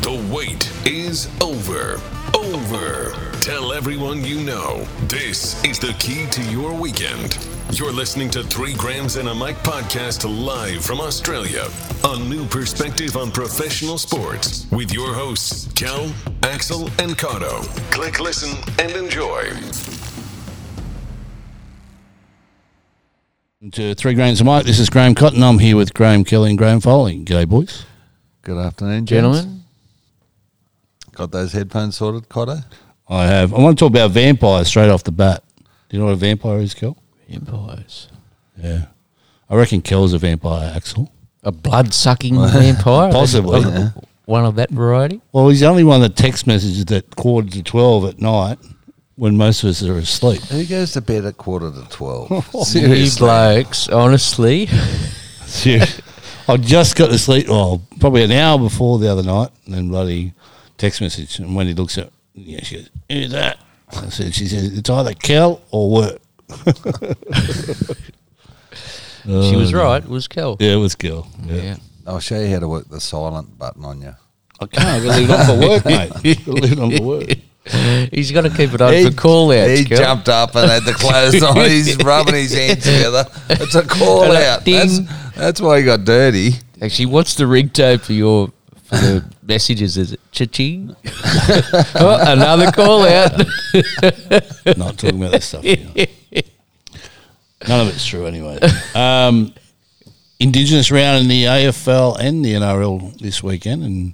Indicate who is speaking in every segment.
Speaker 1: The wait is over. Over. Tell everyone you know. This is the key to your weekend. You're listening to Three Grams and a Mic podcast live from Australia. A new perspective on professional sports with your hosts, Kel, Axel, and Cotto. Click, listen, and enjoy.
Speaker 2: To three grains of mic. This is Graham Cotton. I'm here with Graham Kelly and Graham Foley. G'day, boys.
Speaker 3: Good afternoon, gents.
Speaker 4: gentlemen.
Speaker 3: Got those headphones sorted, Cotto?
Speaker 2: I have. I want to talk about vampires straight off the bat. Do you know what a vampire is, Kel?
Speaker 4: Vampires.
Speaker 2: Yeah, I reckon Kel's a vampire, Axel.
Speaker 4: A blood sucking vampire?
Speaker 2: Possibly.
Speaker 4: Of- of- One of that variety?
Speaker 2: Well, he's the only one that text messages at quarter to twelve at night when most of us are asleep.
Speaker 3: Who goes to bed at quarter to 12?
Speaker 4: You blokes, honestly.
Speaker 2: Serious- I just got to sleep. Well, probably an hour before the other night, and then bloody text message. And when he looks at, yeah, she goes, "Who's that?" I said, "She says it's either Kel or work."
Speaker 4: she
Speaker 3: Uh,
Speaker 4: was right. It was Kel.
Speaker 2: Yeah, it was Kel.
Speaker 4: Yeah.
Speaker 3: I'll show you how to work the silent button on you.
Speaker 2: I can't. I've got to leave it on for work, mate. I've got to leave it on for work.
Speaker 4: He's got to keep it on
Speaker 3: He-
Speaker 4: for call outs.
Speaker 3: he jumped up and had the clothes on. He's rubbing his hands together. It's a call
Speaker 4: And a
Speaker 3: out. That's,
Speaker 4: ding.
Speaker 3: that's why he got dirty.
Speaker 4: Actually, what's the ringtone for your for the messages? Is it cha-ching? oh, another call out.
Speaker 2: Not talking about this stuff. you know. None of it's true, anyway. Um, Indigenous round in the AFL and the NRL this weekend, and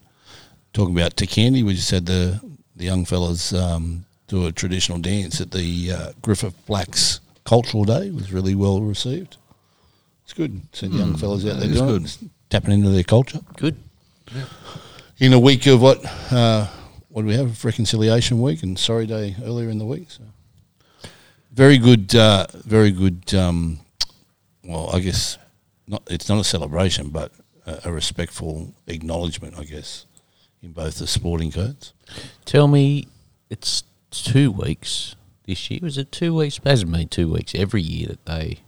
Speaker 2: talking about Takandi, we just had the the young fellas um, do a traditional dance at the uh, Griffith Blacks Cultural Day. It was really well received. It's good. Seeing the young fellas out there doing it, tapping into their culture.
Speaker 4: Good.
Speaker 2: in a week of what uh, what do we have reconciliation week and sorry day earlier in the week so very good uh, very good um, well i guess not it's not a celebration but a, a respectful acknowledgement i guess in both the sporting codes
Speaker 4: Tell me, it's two weeks this year. Was it two weeks? It hasn't been two weeks every year that they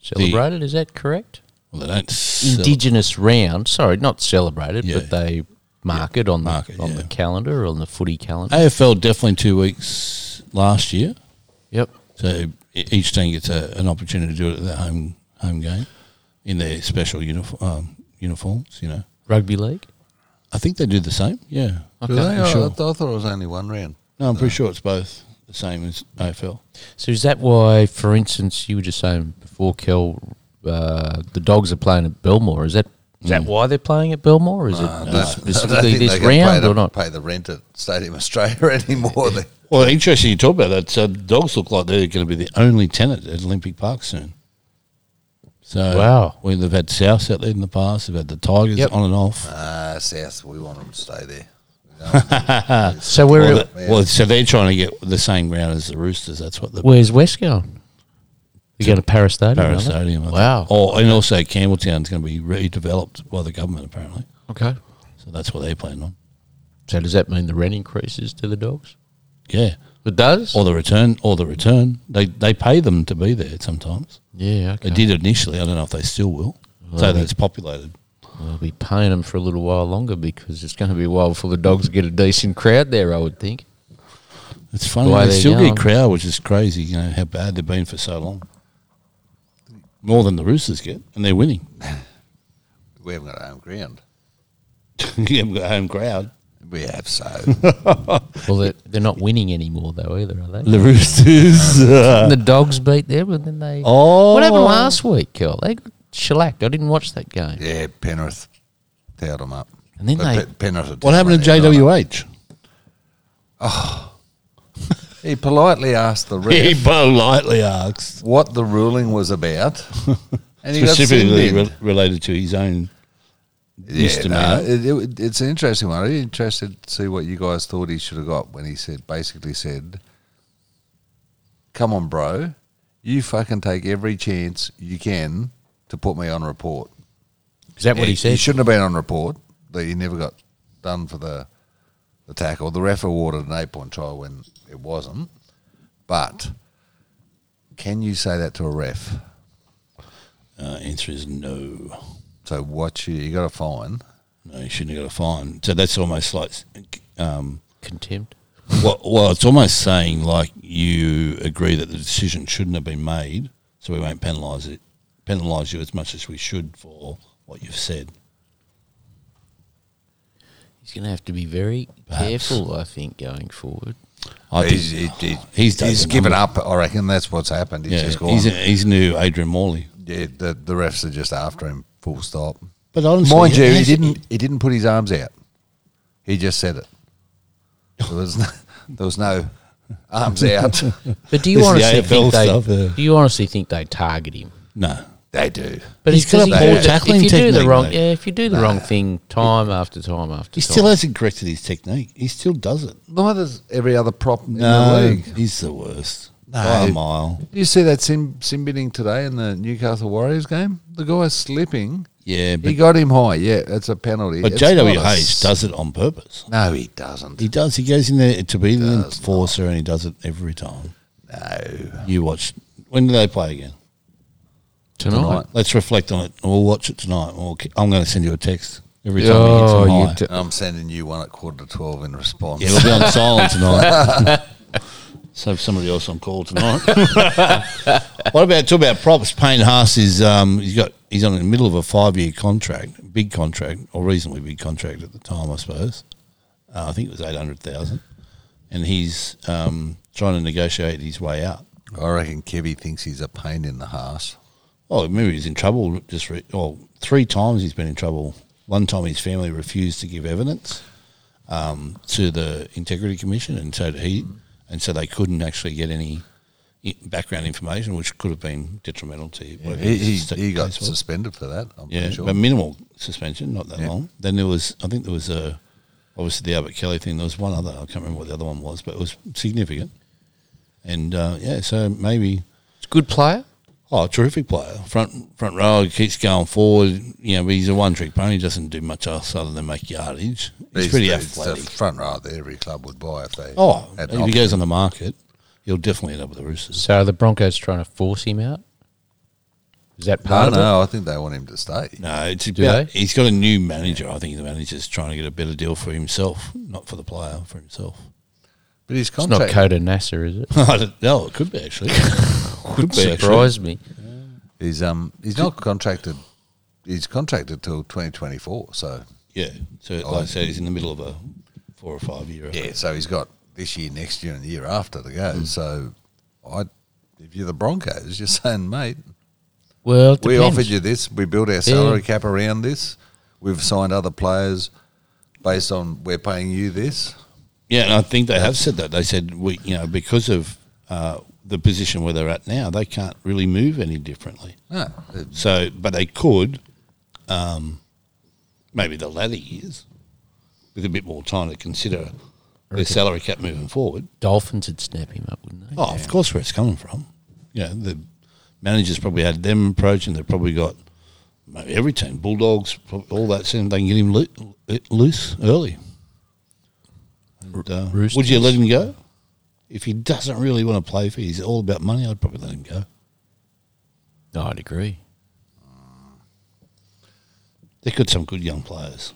Speaker 4: celebrated. Is that correct?
Speaker 2: well they don't cel-
Speaker 4: Indigenous round. Sorry, not celebrated,
Speaker 2: Yeah.
Speaker 4: but they mark it on
Speaker 2: mark it,
Speaker 4: the on the
Speaker 2: yeah. Uh,
Speaker 4: calendar on the footy calendar.
Speaker 2: afl definitely two weeks last year
Speaker 4: Yep.
Speaker 2: so e- each team gets a, an opportunity to do it at their home home game in their special uniform um, uniforms you know
Speaker 4: Rugby league.
Speaker 2: I think they do the same. Yeah.
Speaker 3: Do they?
Speaker 2: I'm
Speaker 3: I,
Speaker 2: sure.
Speaker 3: Oh, I thought it was only one round.
Speaker 2: No, I'm pretty sure it's both the same as AFL.
Speaker 4: So is that why, for instance, you were just saying before, Kel, uh, the dogs are playing at Belmore. Is that is
Speaker 2: Mm.
Speaker 4: that why they're playing at Belmore? Is
Speaker 2: Uh,
Speaker 3: No,
Speaker 4: it
Speaker 3: I don't
Speaker 4: specifically
Speaker 3: think they
Speaker 4: Uh, this
Speaker 3: can pay
Speaker 4: round
Speaker 3: the,
Speaker 4: or not?
Speaker 3: Pay the rent at Stadium Australia anymore. They-
Speaker 2: Well, interesting you talk about that. So dogs look like they're going to be the only tenant at Olympic Park soon. So
Speaker 4: Wow.
Speaker 2: we, they've had Souths out there in the past. They've had the Tigers
Speaker 4: Yep.
Speaker 2: on and off.
Speaker 3: Ah, South, we want them to stay there.
Speaker 4: So
Speaker 2: Well,
Speaker 4: where
Speaker 2: the- well, so they're trying to get the same ground as the Roosters. That's what the
Speaker 4: where's West going? We're going to Paris Stadium.
Speaker 2: Paris
Speaker 4: aren't they?
Speaker 2: Stadium. I think.
Speaker 4: Wow.
Speaker 2: Or, and also Campbelltown's going to be redeveloped by the government apparently.
Speaker 4: Okay.
Speaker 2: So that's what they're planning on.
Speaker 4: So does that mean the rent increases to the dogs?
Speaker 2: Yeah.
Speaker 4: It does.
Speaker 2: Or the return. Or the return. They they pay them to be there sometimes.
Speaker 4: yeah.
Speaker 2: They
Speaker 4: Okay.
Speaker 2: did initially. I don't know if they still will. so that's populated.
Speaker 4: I'll be paying them for a little while longer because it's going to be a while before the dogs get a decent crowd there. I would think.
Speaker 2: It's funny.
Speaker 4: The way
Speaker 2: They
Speaker 4: they're
Speaker 2: still
Speaker 4: going.
Speaker 2: get crowd, which is crazy. You know how bad they've been for so long. More than the Roosters get, and they're winning.
Speaker 3: We haven't got home ground.
Speaker 2: you haven't got home crowd.
Speaker 3: We have so.
Speaker 4: Well, they're, they're not winning anymore though either, are they?
Speaker 2: The Roosters.
Speaker 4: the dogs beat them, and then they.
Speaker 2: oh,
Speaker 4: What happened last week, Kel? They got shellacked. I didn't watch that game.
Speaker 3: yeah, Penrith tailed them up.
Speaker 4: And then
Speaker 3: But
Speaker 4: they-
Speaker 3: Pe- Penrith had
Speaker 2: What happened to
Speaker 3: just run it on
Speaker 2: JWH?
Speaker 3: them. He politely asked the ref
Speaker 2: He politely asked,
Speaker 3: what the ruling was about. And he got
Speaker 2: specifically
Speaker 3: sent in.
Speaker 2: re- related to his own
Speaker 3: Yeah, no,
Speaker 2: misdemeanor.
Speaker 3: it, it, it's an interesting one. I'd be interested to see what you guys thought he should have got when he said, basically said, "Come on, bro, you fucking take every chance you can to put me on report."
Speaker 4: Is that what he
Speaker 3: He
Speaker 4: said?
Speaker 3: shouldn't have been on report. That he never got done for the the tackle. The ref awarded an eight point try when it wasn't. But can you say that to a ref?
Speaker 2: Uh, answer is no.
Speaker 3: So what you you got a fine.
Speaker 2: No, you shouldn't have got a fine. So that's almost like, um,
Speaker 4: Contempt.
Speaker 2: well, well, it's almost saying like you agree that the decision shouldn't have been made, so we won't penalise it, penalise you as much as we should for what you've said.
Speaker 4: He's going to have to be very
Speaker 2: Perhaps.
Speaker 4: careful, I think, going forward.
Speaker 2: I
Speaker 3: He's,
Speaker 2: think-
Speaker 3: he- he-
Speaker 2: he's
Speaker 3: he's,
Speaker 2: taken
Speaker 3: given
Speaker 2: number-
Speaker 3: up. I reckon that's what's happened. He's
Speaker 2: Yeah,
Speaker 3: just gone.
Speaker 2: he's, he's new Adrian Morley.
Speaker 3: yeah, the, the refs are just after him. Full stop.
Speaker 2: But honestly,
Speaker 3: Mind you, he
Speaker 2: has-
Speaker 3: didn't. He didn't put his arms out. He just said it. There was no, there was no arms out.
Speaker 4: But do you
Speaker 2: This is the
Speaker 4: honestly
Speaker 2: AFL
Speaker 4: think they?
Speaker 2: stuff, yeah.
Speaker 4: Do you honestly think they target him?
Speaker 2: No.
Speaker 3: they do.
Speaker 4: But
Speaker 2: He's
Speaker 4: it's
Speaker 2: got
Speaker 4: 'cause
Speaker 2: a
Speaker 4: he
Speaker 2: poor
Speaker 4: did it-
Speaker 2: tackling
Speaker 4: if you Do
Speaker 2: technique,
Speaker 4: the wrong,
Speaker 2: mate.
Speaker 4: yeah, if you do the wrong thing time after time after
Speaker 2: He
Speaker 4: time,
Speaker 2: still hasn't corrected his technique. He still does it.
Speaker 3: Neither's every other prop in the
Speaker 2: No,
Speaker 3: league.
Speaker 2: he's the worst. By a mile.
Speaker 3: Did you see that sim, sim bidding today in the Newcastle Warriors game? The guy's slipping.
Speaker 2: Yeah,
Speaker 3: He
Speaker 2: but,
Speaker 3: got him high. Yeah, that's a penalty.
Speaker 2: but
Speaker 3: It's not
Speaker 2: JWH
Speaker 3: a s-
Speaker 2: does it on purpose.
Speaker 3: No, he doesn't.
Speaker 2: He does. He goes in there to be the enforcer, and he does it every time.
Speaker 3: no.
Speaker 2: You watch. When do they play again?
Speaker 4: tonight.
Speaker 3: Tonight.
Speaker 2: Let's reflect on it. We'll watch it tonight. We'll, ke- I'm going to send you a text every time
Speaker 4: Oh,
Speaker 2: he
Speaker 4: you
Speaker 2: hits
Speaker 4: d-
Speaker 2: a high.
Speaker 3: I'm sending you one at quarter to 12 in response.
Speaker 2: Yeah, it'll be on silent tonight. Save somebody else on call tonight. what about talk about props? Payne Haas is um, he's got he's on the middle of a five year contract, big contract or reasonably big contract at the time, I suppose. Uh, I think it was eight hundred thousand, and he's um, trying to negotiate his way out.
Speaker 3: I reckon Kevy thinks he's a pain in the ass.
Speaker 2: Oh, maybe he's in trouble. Just re- well, three times he's been in trouble. One time his family refused to give evidence um, to the Integrity Commission, and so did he, and so they couldn't actually get any i- background information, which could have been detrimental to him.
Speaker 3: He, he, he got suspended for that, I'm
Speaker 2: yeah,
Speaker 3: pretty sure.
Speaker 2: but minimal suspension, not that long. Then there was, I think there was a, obviously the Albert Kelly thing. There was one other, I can't remember what the other one was, but it was significant. And uh, yeah, so maybe
Speaker 4: It's a good player.
Speaker 2: Oh, terrific player. Front front row he keeps going forward. You know, but he's a one trick pony. He doesn't do much else other than make yardage. He's, pretty
Speaker 3: it's the
Speaker 2: athletic.
Speaker 3: front row that every club would buy if they.
Speaker 2: Oh, if
Speaker 3: had an
Speaker 2: he
Speaker 3: option.
Speaker 2: goes on the market, he'll definitely end up with the Roosters.
Speaker 4: So are the Broncos trying to force him out? Is that
Speaker 3: No,
Speaker 4: part of
Speaker 3: no, I think they want him to stay.
Speaker 2: No, it's
Speaker 4: Do
Speaker 2: about,
Speaker 4: they?
Speaker 2: he's got a new manager. I think the manager's trying to get a better deal for himself, not for the player, for himself.
Speaker 3: But his
Speaker 4: it? It's not
Speaker 3: contract.
Speaker 4: Coda Nasser, is it?
Speaker 2: I don't know. It could be actually. could be actually.
Speaker 4: Surprised me.
Speaker 3: He's um he's not contracted. He's contracted till twenty twenty four. So
Speaker 2: Yeah. So, like I said, he's in the middle of a four or five year.
Speaker 3: yeah, so he's got this year, next year, and the year after to go.
Speaker 4: Mm.
Speaker 3: So I, if you're the Broncos, you're saying, mate,
Speaker 4: Well, it
Speaker 3: we
Speaker 4: depends.
Speaker 3: offered you this. We built our salary cap around this. We've signed other players based on we're paying you this.
Speaker 2: Yeah, and I think they have said that. They said we, you know, because of uh, the position where they're at now, they can't really move any differently.
Speaker 3: No, it-
Speaker 2: So, but they could, um, maybe the latter years, with a bit more time to consider their salary cap moving forward.
Speaker 4: Dolphins would snap him up, wouldn't they?
Speaker 2: Oh, of course, where it's coming from. You know, the managers probably had them approach, and they've probably got maybe every team, Bulldogs, prob- all that, so they can get him loo- loose early. And, uh, would you let him go? If he doesn't really want to play for you, he's all about money, I'd probably let him go.
Speaker 4: No, I'd Oh, agree.
Speaker 2: They've got some good young players.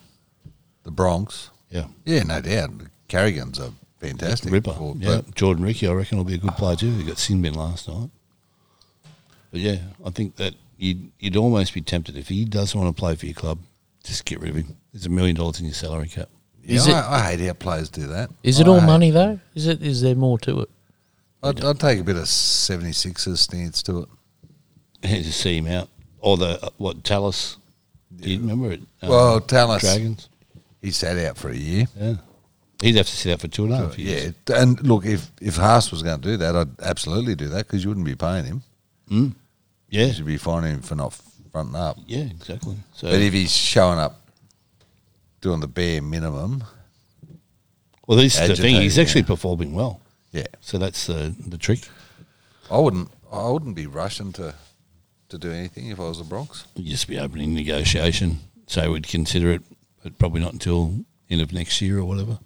Speaker 3: the Bronx.
Speaker 2: Yeah.
Speaker 3: Yeah, no doubt. Carrigan's a fantastic
Speaker 2: Ripper.
Speaker 3: forward,
Speaker 2: yeah.
Speaker 3: but
Speaker 2: Jordan Ricky, I reckon, will be a good player too. He got sin bin last night. But yeah, I think that you'd, you'd almost be tempted if he doesn't want to play for your club, just get rid of him. There's a million dollars in your salary cap.
Speaker 3: yeah,
Speaker 4: Is it-
Speaker 3: I, I hate how players do that.
Speaker 4: Is it all
Speaker 3: I-
Speaker 4: money though? Is it? Is there more to it?
Speaker 3: I'd, I'd take a bit of 76ers stance to it.
Speaker 2: to see him out. Or the, uh, what, Talus? Do you remember it? Um,
Speaker 3: Well, Tallis,
Speaker 2: Dragons?
Speaker 3: he sat out for a year.
Speaker 2: Yeah. He'd have to sit out for two and a half years.
Speaker 3: Yeah, and look, if if Haas was going to do that, I'd absolutely do that because you wouldn't be paying him.
Speaker 2: Yeah.
Speaker 3: You should be fining him for not fronting up.
Speaker 2: Yeah, exactly. So,
Speaker 3: But if he's showing up doing the bare minimum,
Speaker 2: well, this is the thing. He's
Speaker 3: agitated,
Speaker 2: actually
Speaker 3: yeah.
Speaker 2: performing well.
Speaker 3: yeah,
Speaker 2: So that's the, the trick.
Speaker 3: I wouldn't. I wouldn't be rushing to to do anything if I was the Bronx.
Speaker 2: You'd just be opening negotiation. So we'd consider it, but probably not until end of next year or whatever.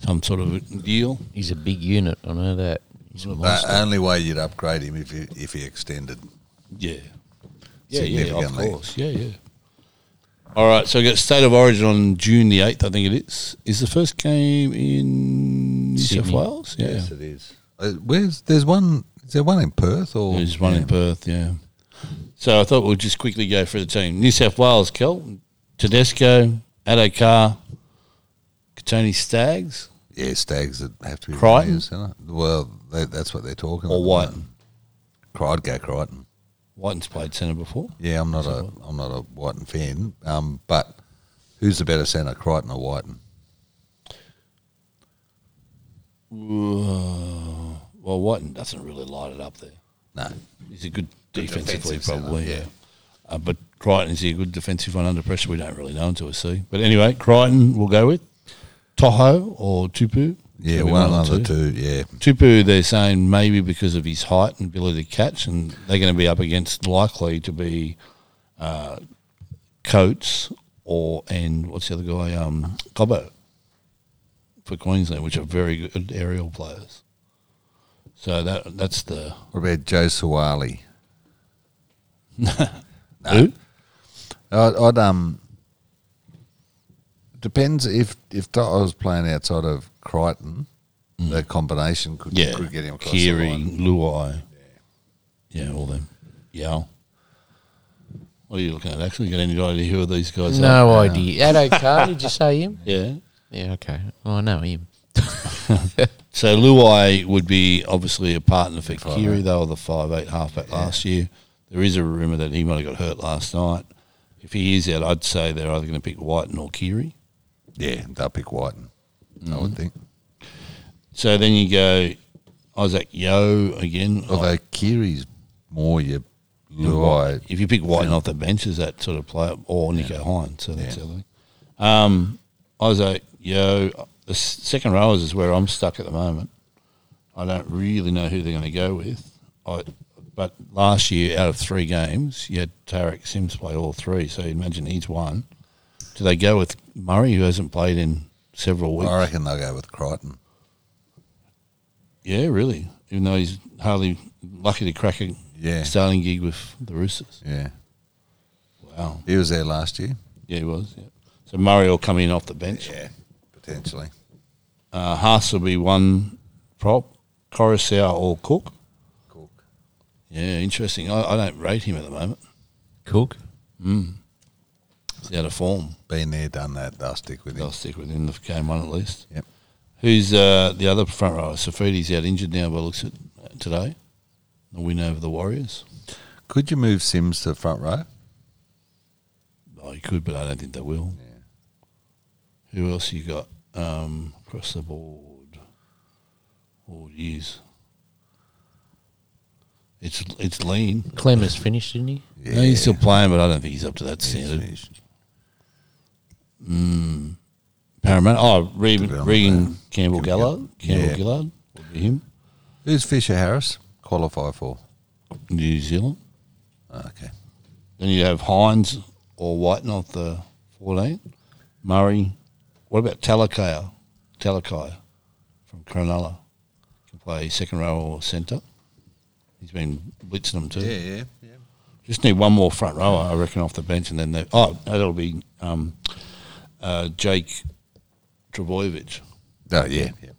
Speaker 2: Some sort of a deal.
Speaker 4: He's a big unit. I know that. He's a
Speaker 3: The
Speaker 4: monster.
Speaker 3: only way you'd upgrade him if he, if he extended.
Speaker 2: Yeah. Yeah, yeah, of
Speaker 3: Significantly.
Speaker 2: course. Yeah, yeah. All right, so we got State of Origin on June the 8th, I think it is. Is the first game in New South
Speaker 4: Sydney.
Speaker 2: Wales? Yeah.
Speaker 3: Yes, it is. Uh, where's there's one? Is there one in Perth or
Speaker 2: There's one in Perth, yeah. So I thought we'll just quickly go through the team. New South Wales, Kel, Tedesco, Addo Carr, Katoni Staggs,
Speaker 3: Yeah, stags that have to be
Speaker 2: Crichton?
Speaker 3: raised, isn't it? Well, they, that's what they're talking.
Speaker 2: or
Speaker 3: about.
Speaker 2: Whiten.
Speaker 3: Crichton, go Crichton.
Speaker 2: Whiten's played centre before.
Speaker 3: Yeah, I'm not a I'm not a Whiten fan. Um, but who's the better centre, Crichton or Whiten?
Speaker 2: Well, Whiten doesn't really light it up there.
Speaker 3: No,
Speaker 2: He's a good defensively,
Speaker 3: defensive centre,
Speaker 2: probably.
Speaker 3: yeah.
Speaker 2: yeah. Uh, but Crichton is he a good defensive one under pressure? We don't really know until we see. But anyway, Crichton we'll go with Toho or Tupu.
Speaker 3: yeah,
Speaker 2: Could be
Speaker 3: one,
Speaker 2: of the
Speaker 3: another
Speaker 2: two.
Speaker 3: two. Yeah,
Speaker 2: Tupu, they're saying maybe because of his height and ability to catch, and they're going to be up against likely to be uh, Coates or and what's the other guy, um, Cobbo for Queensland, which are very good aerial players. So that that's the
Speaker 3: what about Joe Sawali?
Speaker 2: Who?
Speaker 3: I'd, I'd um. Depends if if I was playing outside of Crichton, the combination could
Speaker 2: Mm. yeah,
Speaker 3: could get him across the
Speaker 2: Keary,
Speaker 3: line.
Speaker 2: Luai, yeah. all them, Yao. What are you looking at? Actually, got any idea who these guys are?
Speaker 4: No idea. Addo Carr, did you say him?
Speaker 2: Yeah.
Speaker 4: Yeah, okay. Oh, I know him.
Speaker 2: So Luai would be obviously a partner for Kiri. They were the five eight halfback last year. There is a rumor that he might have got hurt last night. If he is out, I'd say they're either going to pick Whiten or Kiri.
Speaker 3: Yeah, they'll pick Whiten. I
Speaker 2: Mm.
Speaker 3: would think.
Speaker 2: So then you go Isaac Yo again.
Speaker 3: Although Kiri's more your blue eye.
Speaker 2: If you pick Whiten off the bench, is that sort of player or Nico Hine? So that's the other thing. Um, Isaac Yo, the s- second rowers is where I'm stuck at the moment. I don't really know who they're going to go with. I, but last year, out of three games, you had Tarek Sims play all three. So imagine he's one. Do they go with Murray, who hasn't played in several weeks?
Speaker 3: I reckon they'll go with Crichton.
Speaker 2: Yeah, really. Even though he's hardly lucky to crack a
Speaker 3: Yeah.
Speaker 2: starting gig with the Roosters.
Speaker 3: Yeah.
Speaker 2: Wow.
Speaker 3: He was there last year.
Speaker 2: Yeah, he was. Yeah. So Murray will come in off the bench.
Speaker 3: Potentially.
Speaker 2: Uh, Haas will be one prop, Coruscant or Cook.
Speaker 3: Cook.
Speaker 2: Yeah, interesting. I, I don't rate him at the moment. Hmm.
Speaker 4: Cook?
Speaker 2: He's out of form.
Speaker 3: Been there, done that. They'll stick with him.
Speaker 2: They'll stick with him in the game one at least.
Speaker 3: Yep.
Speaker 2: Who's uh, the other front rower? Safidi's out injured now by the looks at today. The win over the Warriors.
Speaker 3: Could you move Sims to the front row?
Speaker 2: Oh, he could, but I don't think they will. Who else you got um, across the board? Oh, jeez. It's it's lean.
Speaker 4: Clem has finished, didn't he?
Speaker 2: No, he's still playing, but I don't think he's up to that standard. Paramount. Oh, Regan,
Speaker 3: Development
Speaker 2: Regan Campbell Gallard. Campbell
Speaker 3: Yeah.
Speaker 2: Gillard would be him.
Speaker 3: Who's Fisher Harris qualify for? Ah,
Speaker 2: New Zealand.
Speaker 3: Okay.
Speaker 2: Then you have Hines or Whiten off the 14. Murray. What about Talakaya? Talakaya from Cronulla. Can play second row or centre. He's been blitzing them too.
Speaker 3: yeah.
Speaker 2: Just need one more front rower, I reckon, off the bench, and then they, oh, no, that'll be um, uh, Jake Travojevic.
Speaker 3: Oh, yeah. yeah.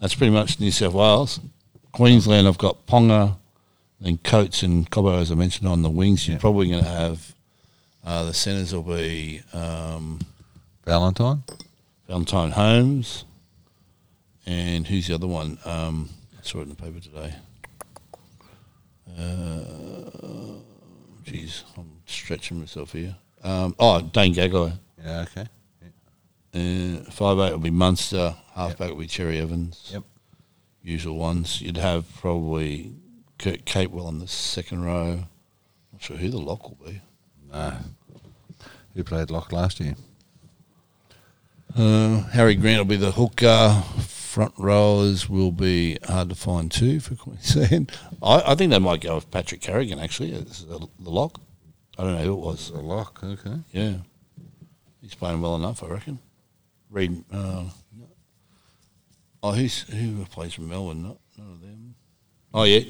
Speaker 2: That's pretty much New South Wales. Queensland, I've got Ponga, then Coates and Cobbo, as I mentioned, on the wings. You're probably going to have uh, the centres will be um,
Speaker 3: Valentine?
Speaker 2: Valentine Holmes and who's the other one? Um, I saw it in the paper today. Uh, Jeez, I'm stretching myself here. Um, oh, Dane Gagai.
Speaker 3: Yeah, okay.
Speaker 2: Uh, five eight will be Munster. Halfback will be Cherry Evans.
Speaker 3: Yep.
Speaker 2: Usual ones. You'd have probably Kurt Capewell in the second row. Not sure who the lock will be.
Speaker 3: Who played lock last year?
Speaker 2: Uh, Harry Grant will be the hooker. Front rowers will be hard to find too for Queensland. I, I think they might go with Patrick Carrigan actually as the, the lock. I don't know who it was.
Speaker 3: The lock, okay.
Speaker 2: Yeah, he's playing well enough, I reckon. Reed, uh, oh, who's who plays from Melbourne? Not none of them. Oh yeah,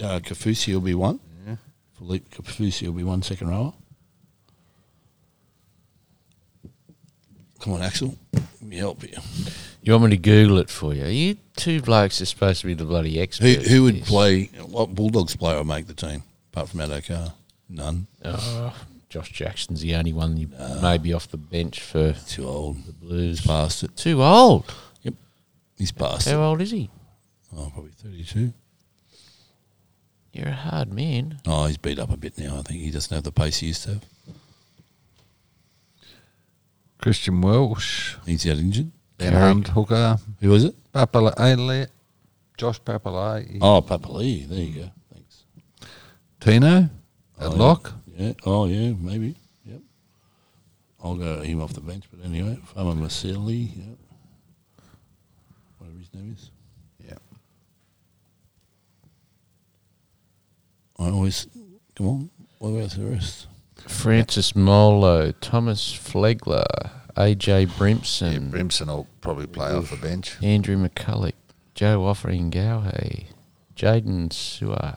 Speaker 2: uh, Kafusi will be one. Yeah, Philippe Kafusi will be one second rower. Come on, Axel. Let me help you.
Speaker 4: You want me to Google it for you? You two blokes are supposed to be the bloody
Speaker 2: Who,
Speaker 4: experts.
Speaker 2: who would
Speaker 4: in this.
Speaker 2: play, what Bulldogs player would make the team, apart from Addo Carr? None.
Speaker 4: Oh, Josh Jackson's the only one you maybe off the bench for
Speaker 2: Too old.
Speaker 4: the Blues.
Speaker 2: Past it.
Speaker 4: Too old.
Speaker 2: He's past
Speaker 4: How
Speaker 2: it.
Speaker 4: old is he?
Speaker 2: Oh, probably 32.
Speaker 4: You're a hard man.
Speaker 2: Oh, he's beat up a bit now. I think he doesn't have the pace he used to have.
Speaker 3: Christian Welsh,
Speaker 2: He's out injured.
Speaker 3: Ben Hunt, Hooker,
Speaker 2: Who was it?
Speaker 3: Papalai, Josh Papalai,
Speaker 2: Oh, Papali. There you go. Thanks.
Speaker 3: Tino at lock.
Speaker 2: Yeah. Oh, yeah. Maybe. Yep. I'll go him off the bench. But anyway, Farmer Masili. Yep. Whatever his name is.
Speaker 3: Yeah.
Speaker 2: I always come on. What about the rest?
Speaker 4: Francis Molo, Thomas Flegler, AJ Brimson,
Speaker 3: Brimson will probably play off the bench.
Speaker 4: Andrew McCulloch, Joe Offering Gowhey, Jaden Sewer,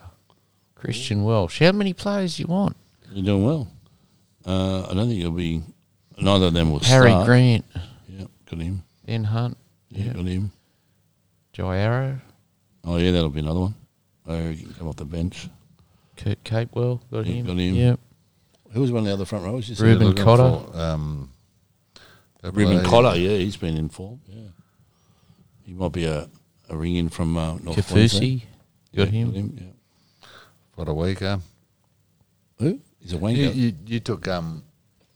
Speaker 4: Christian Welsh. How many players do you want?
Speaker 2: You're doing well. Uh, I don't think you'll be. Neither of them will
Speaker 4: Harry
Speaker 2: start.
Speaker 4: Grant,
Speaker 2: Yeah, got him.
Speaker 4: Ben Hunt,
Speaker 2: Yeah, got him.
Speaker 4: Joy Arrow,
Speaker 2: Oh yeah, that'll be another one. Oh, he can come off the bench.
Speaker 4: Kurt Capewell. Got
Speaker 2: Yeah,
Speaker 4: him.
Speaker 2: got him.
Speaker 4: Yep.
Speaker 2: Who was one of the other front rowers? You said?
Speaker 4: Ruben
Speaker 3: Looking
Speaker 4: Cotter.
Speaker 3: for, um,
Speaker 2: Ruben
Speaker 3: Papalai.
Speaker 2: Collar, yeah, he's been in form. Yeah, he might be a, a ring in from uh, North Queensland.
Speaker 4: Kafusi. Got
Speaker 2: Yeah,
Speaker 4: him.
Speaker 2: yeah.
Speaker 3: What a weaker.
Speaker 2: Who? He's a
Speaker 3: You,
Speaker 2: wanker.
Speaker 3: you, you took um,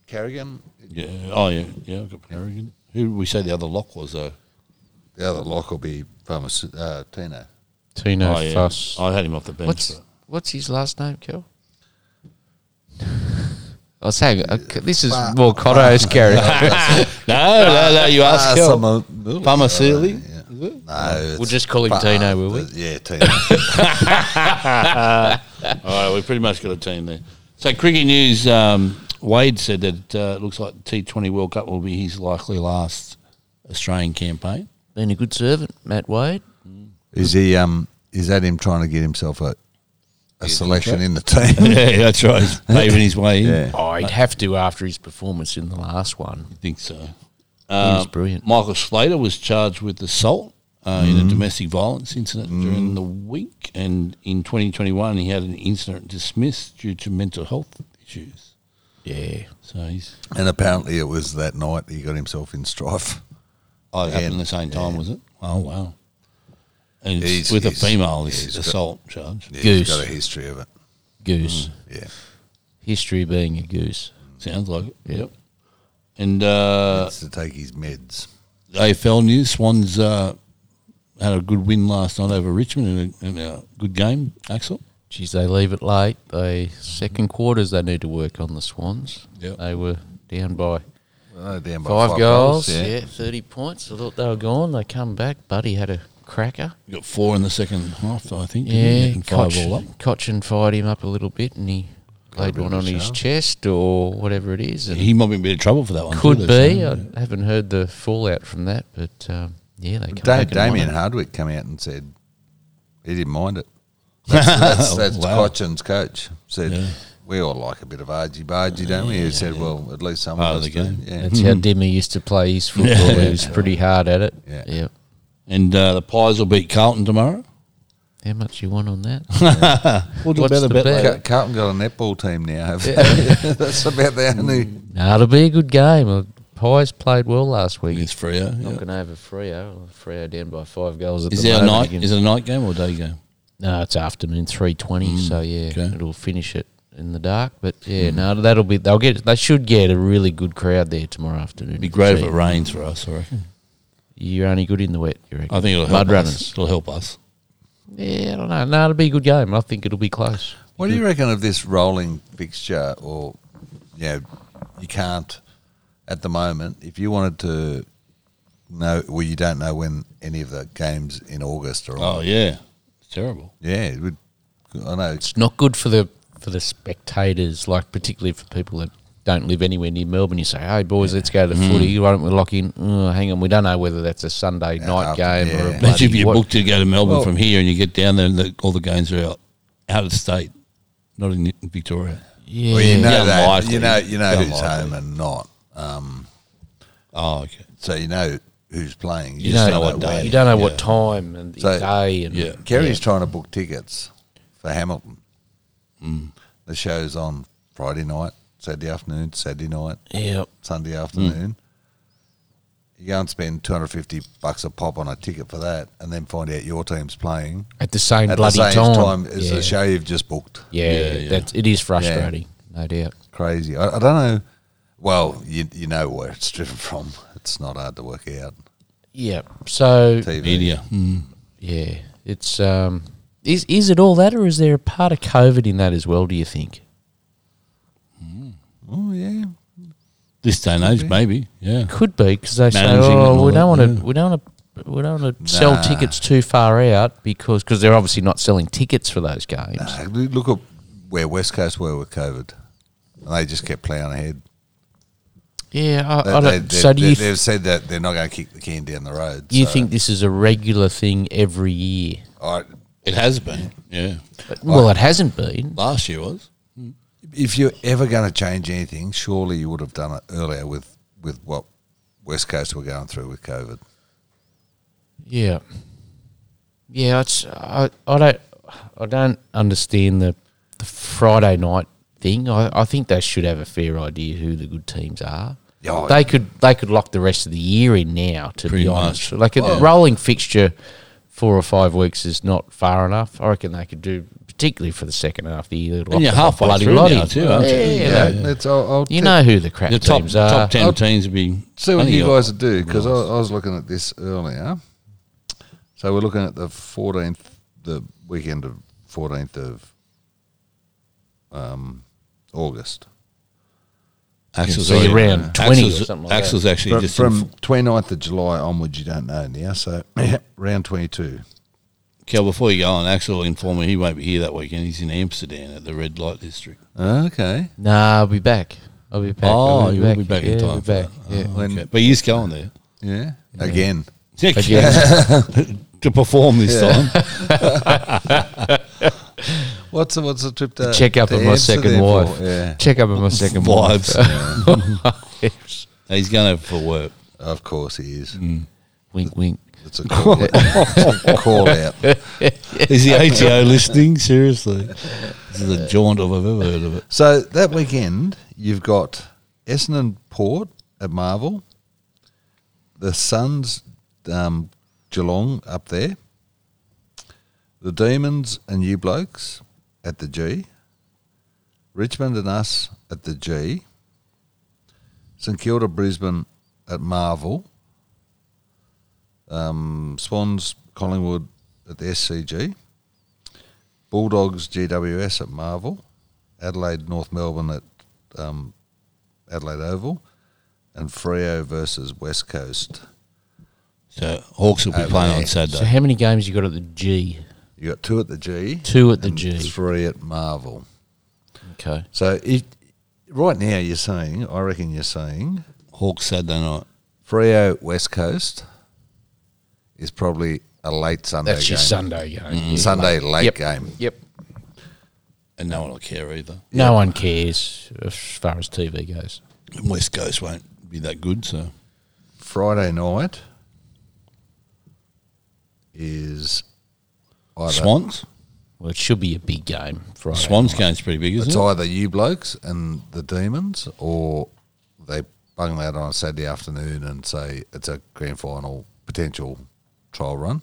Speaker 3: Carrigan,
Speaker 2: yeah. Oh yeah, yeah. I've got Kerrigan. Who did we say the other lock was though?
Speaker 3: the other lock will be Pharmac- uh, Tino.
Speaker 4: Tino
Speaker 2: oh, yeah.
Speaker 4: Fuss.
Speaker 2: I had him off the bench.
Speaker 4: What's
Speaker 2: but-
Speaker 4: what's his last name, Kel? I was saying uh, c- this is
Speaker 3: Fa-
Speaker 4: more Cotto's character.
Speaker 2: no, no, no. You ask
Speaker 3: Ah,
Speaker 2: him.
Speaker 3: Samo-
Speaker 2: Palmasili?
Speaker 3: Yeah. No, uh,
Speaker 4: We'll just call him Tino, will we?
Speaker 3: Yeah, Tino.
Speaker 2: All right, we've pretty much got a team there. So, cricket news. Um, Wade said that uh, it looks like the T20 World Cup will be his likely last Australian campaign.
Speaker 4: Been a good servant, Matt Wade.
Speaker 3: is he? Um, is that him trying to get himself a a selection in the team?
Speaker 2: yeah, that's right. He's paving his way in.
Speaker 3: yeah.
Speaker 4: Oh, he'd have to after his performance in the last one.
Speaker 2: I think so.
Speaker 4: he was brilliant.
Speaker 2: Michael Slater was charged with assault uh,
Speaker 3: Mm-hmm.
Speaker 2: in a domestic violence incident
Speaker 3: Mm.
Speaker 2: during the week, and in 2021 he had an incident dismissed due to mental health issues.
Speaker 4: Yeah.
Speaker 2: So he's
Speaker 3: And apparently, it was that night he got himself in strife.
Speaker 2: Oh, it happened
Speaker 3: And-
Speaker 2: at the same time, was it? Oh, wow. And it's
Speaker 3: He's-
Speaker 2: with a
Speaker 3: he's-
Speaker 2: female,
Speaker 3: yeah,
Speaker 2: this
Speaker 3: he's got-
Speaker 2: assault charge.
Speaker 3: Yeah,
Speaker 4: Goose.
Speaker 3: He's got a history of it.
Speaker 4: Goose.
Speaker 3: Yeah.
Speaker 4: History being a goose.
Speaker 2: Sounds like it. Yep. And uh,
Speaker 3: It's to take his meds.
Speaker 2: AFL news: Swans uh, had a good win last night over Richmond in a, in a good game. Axel.
Speaker 4: Geez, they leave it late. They second quarters they need to work on the Swans.
Speaker 2: Yep.
Speaker 4: They were down by
Speaker 3: Oh, down by
Speaker 4: five, goals.
Speaker 3: yeah.
Speaker 4: yeah, thirty points. I thought they were gone. They come back. Buddy had a cracker.
Speaker 2: You got four in the second half, I think. didn't you?
Speaker 4: Yeah,
Speaker 2: and five
Speaker 4: Koch,
Speaker 2: all up.
Speaker 4: Cochin fired him up a little bit, and he laid
Speaker 3: bit
Speaker 4: one
Speaker 3: of a
Speaker 4: on his
Speaker 3: shower.
Speaker 4: chest or whatever it is. And
Speaker 2: He might be in a bit of trouble for that one.
Speaker 4: could
Speaker 2: too,
Speaker 4: be.
Speaker 2: though,
Speaker 4: uh,
Speaker 2: so-
Speaker 4: I haven't heard the fallout from that, but um, yeah, they come
Speaker 3: Da-
Speaker 4: back and won
Speaker 3: Damien
Speaker 4: it.
Speaker 3: Hardwick came out and said he didn't mind it. That's, that's, that's
Speaker 2: Wow.
Speaker 3: Cochin's coach. Said,
Speaker 2: Yeah.
Speaker 3: we all like a bit of argy bargy, don't we? He said, well, at least some
Speaker 2: Part
Speaker 3: of
Speaker 2: of
Speaker 3: us
Speaker 2: the game.
Speaker 3: do." Yeah.
Speaker 4: That's how Demi used to play his football. he was pretty hard at it.
Speaker 3: Yeah.
Speaker 4: Yep.
Speaker 2: And uh, the Pies will beat Carlton tomorrow.
Speaker 4: How much you want on that?
Speaker 2: We'll
Speaker 4: What's
Speaker 2: about a
Speaker 4: the
Speaker 2: bet
Speaker 4: bet?
Speaker 2: later.
Speaker 3: Car- Carlton got a netball team now. haven't they? that's about the only.
Speaker 4: no, it'll be a good game. Uh, Pies played well last week.
Speaker 2: It's free. Yeah.
Speaker 4: Knocking over Frio. Frio down by five goals at
Speaker 2: Is
Speaker 4: the
Speaker 2: it a
Speaker 4: moment.
Speaker 2: night?
Speaker 4: again.
Speaker 2: Is it a night game or a day game?
Speaker 4: No, it's afternoon, three twenty. so yeah,
Speaker 2: okay.
Speaker 4: it'll finish it in the dark. But yeah, no, that'll be. They'll get. They should get a really good crowd there tomorrow afternoon.
Speaker 2: It'd be great if
Speaker 4: So
Speaker 2: it rains for us. I reckon.
Speaker 4: You're only good in the wet. You reckon?
Speaker 2: I think it'll help
Speaker 4: mud
Speaker 2: us.
Speaker 4: runners.
Speaker 2: It'll help us.
Speaker 4: Yeah, I don't know. No, it'll be a good game. I think it'll be close.
Speaker 3: What do you reckon of this rolling fixture? Or, you know, you can't at the moment. If you wanted to know, well, you don't know when any of the games in August are on.
Speaker 2: Oh yeah, it's terrible.
Speaker 3: Yeah, it would, I know.
Speaker 4: It's not good for the for the spectators, like particularly for people that don't live anywhere near Melbourne. You say, "Hey boys, let's go to the footy. Why don't we lock in? Oh, hang on, we don't know whether that's a Sunday night
Speaker 3: after-
Speaker 4: game or
Speaker 3: yeah.
Speaker 2: Imagine
Speaker 4: a
Speaker 2: if
Speaker 4: bloody
Speaker 2: you
Speaker 4: what-
Speaker 2: booked to go to Melbourne
Speaker 3: Well-
Speaker 2: from here and you get down there and the, all the games are out, out of state, not in, in Victoria.
Speaker 4: Yeah,
Speaker 3: Well, you know
Speaker 2: Yeah,
Speaker 3: that.
Speaker 2: unlikely.
Speaker 3: You know, you know who's
Speaker 2: Unlikely.
Speaker 3: home and not. Um,
Speaker 2: Oh, okay.
Speaker 3: so you know who's playing. You,
Speaker 4: You
Speaker 3: just
Speaker 4: don't
Speaker 2: know
Speaker 4: know
Speaker 2: what
Speaker 4: what
Speaker 2: day.
Speaker 4: you don't know
Speaker 2: Yeah.
Speaker 4: what time and the
Speaker 3: So-
Speaker 4: day and
Speaker 2: Yeah.
Speaker 3: Kerry's trying to book tickets for Hamilton. The show's on Friday night, Saturday afternoon, Saturday night,
Speaker 4: yeah.
Speaker 3: Sunday afternoon. You go and spend two hundred fifty bucks a pop on a ticket for that, and then find out your team's playing
Speaker 4: at the same
Speaker 3: at the
Speaker 4: bloody
Speaker 3: same
Speaker 4: time.
Speaker 3: time, as
Speaker 4: yeah.
Speaker 3: the show you've just booked.
Speaker 4: Yeah,
Speaker 2: Yeah, yeah.
Speaker 4: That's, it is frustrating, no doubt.
Speaker 3: Crazy. I, I don't know. Well, you you know where it's driven from. It's not hard to work out.
Speaker 4: Yeah. So
Speaker 3: TV.
Speaker 2: India.
Speaker 4: yeah, it's um, is is it all that, or is there a part of COVID in that as well? Do you think?
Speaker 3: Oh yeah.
Speaker 2: This day and age, maybe. Yeah.
Speaker 4: Could be because they say,
Speaker 2: Managing and
Speaker 4: oh,
Speaker 2: all
Speaker 4: we don't want
Speaker 2: that,
Speaker 4: to, we don't want to, we don't want to sell tickets too far out because cause they're obviously not selling tickets for those games.
Speaker 3: Uh, Look at where West Coast were with COVID. And they just kept playing ahead.
Speaker 4: Yeah. I,
Speaker 3: They,
Speaker 4: I
Speaker 3: they,
Speaker 4: don't, so do you
Speaker 3: have
Speaker 4: th-
Speaker 3: said that they're not going to kick the can down the road.
Speaker 4: you
Speaker 3: so
Speaker 4: think this is a regular thing every year?
Speaker 3: I,
Speaker 2: It has been. Yeah.
Speaker 4: well, it hasn't been.
Speaker 2: Last year was.
Speaker 3: if you're ever going to change anything, surely you would have done it earlier with, with what West Coast were going through with COVID.
Speaker 4: Yeah. Yeah, it's I, I don't I don't understand the, the Friday night thing. I, I think they should have a fair idea who the good teams are.
Speaker 3: Yeah, I-
Speaker 4: they could they could lock the rest of the year in now. To
Speaker 2: Oh, Pretty
Speaker 4: be honest,
Speaker 2: much.
Speaker 4: like a rolling fixture, four or five weeks is not far enough. I reckon they could do, particularly for the second half of the year. lock
Speaker 2: you're
Speaker 4: the
Speaker 2: halfway
Speaker 4: bloody
Speaker 2: through
Speaker 4: lot
Speaker 2: now
Speaker 4: in.
Speaker 2: too, aren't you?
Speaker 4: Yeah,
Speaker 2: Yeah.
Speaker 4: they-
Speaker 3: That's, I'll, I'll
Speaker 4: you know who the crap
Speaker 2: The top
Speaker 4: teams are.
Speaker 2: top ten teams would be.
Speaker 3: See what
Speaker 2: plenty
Speaker 3: you
Speaker 2: of-
Speaker 3: guys do because I, I was looking at this earlier. So we're looking at the fourteenth, the weekend of fourteenth of um, August.
Speaker 2: Axel's
Speaker 4: So you're
Speaker 2: already- uh,
Speaker 4: around 20 or
Speaker 2: Axel's-
Speaker 4: something like that.
Speaker 2: Axel's actually
Speaker 3: From,
Speaker 2: just
Speaker 3: from
Speaker 2: from
Speaker 3: 29th of July onwards, you don't know now. So round twenty two.
Speaker 2: Kel. Before you go on, Axel will inform me he won't be here that weekend. He's in Amsterdam at the red light district.
Speaker 3: Okay.
Speaker 4: Nah, I'll be back. I'll be back.
Speaker 2: Oh,
Speaker 4: I'll
Speaker 2: you will be back in
Speaker 4: Yeah,
Speaker 2: time.
Speaker 4: I'll be
Speaker 2: for
Speaker 4: back.
Speaker 2: that.
Speaker 4: Yeah.
Speaker 2: Oh,
Speaker 3: When-
Speaker 2: okay. But he's going there
Speaker 3: Yeah. Again.
Speaker 2: to perform this time.
Speaker 3: What's the, what's the trip to
Speaker 4: check up
Speaker 3: to
Speaker 4: on my second
Speaker 3: Amsterdam for?
Speaker 4: wife.
Speaker 3: Yeah.
Speaker 4: Check up on my second wife.
Speaker 2: Vibes. he's going over for work.
Speaker 3: Of course he is.
Speaker 4: wink, wink.
Speaker 3: It's a call out. It's a call out.
Speaker 2: Is the ATO listening? Seriously, this is the jaunt I've ever heard of it.
Speaker 3: So that weekend, you've got Essendon Port at Marvel, the Suns, um, Geelong up there, the Demons and you blokes at the G, Richmond and us at the G, St Kilda Brisbane at Marvel, um, Swans Collingwood at the SCG, Bulldogs GWS at Marvel, Adelaide North Melbourne at um, Adelaide Oval, and Frio versus West Coast.
Speaker 2: So Hawks will be
Speaker 3: Over
Speaker 2: playing on
Speaker 3: there.
Speaker 4: So,
Speaker 2: Saturday.
Speaker 4: how many games you got at the G?
Speaker 3: You got two at the G,
Speaker 4: Two at the
Speaker 3: and
Speaker 4: G.
Speaker 3: three at Marvel.
Speaker 4: Okay.
Speaker 3: So if, right now you're seeing, I reckon you're seeing
Speaker 2: Hawks Saturday night.
Speaker 3: Frio West Coast is probably a late Sunday
Speaker 4: That's
Speaker 3: game.
Speaker 4: your Sunday game. Yeah.
Speaker 3: Mm, Sunday late
Speaker 4: Yep.
Speaker 3: game.
Speaker 4: Yep.
Speaker 2: and no one will care either.
Speaker 4: No one cares as far as TV goes.
Speaker 2: And West Coast won't be that good, so
Speaker 3: Friday night is either,
Speaker 2: Swans.
Speaker 4: Well, it should be a big game Friday.
Speaker 2: Swans game's pretty big, isn't
Speaker 3: It's
Speaker 2: it?
Speaker 3: either you blokes and the demons, or they bung that on a Saturday afternoon and say it's a grand final potential trial run.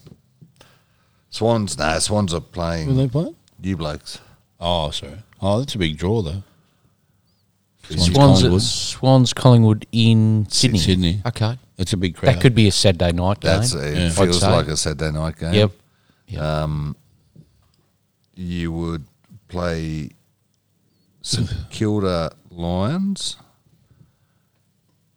Speaker 3: Swans, no, Swans
Speaker 2: Who
Speaker 3: are
Speaker 2: they
Speaker 3: playing
Speaker 2: playing?
Speaker 3: you blokes.
Speaker 2: Oh, sorry. Oh, that's a big draw though.
Speaker 4: Swans,
Speaker 2: Collingwood.
Speaker 4: Collingwood. Swans Collingwood in Sydney.
Speaker 2: Sydney.
Speaker 4: Okay.
Speaker 2: That's a big crowd.
Speaker 4: That could be a Saturday night game.
Speaker 3: That's it.
Speaker 2: Yeah.
Speaker 3: Feels
Speaker 4: I'd say.
Speaker 3: like a Saturday night game.
Speaker 4: Yep.
Speaker 3: You would play St Kilda Lions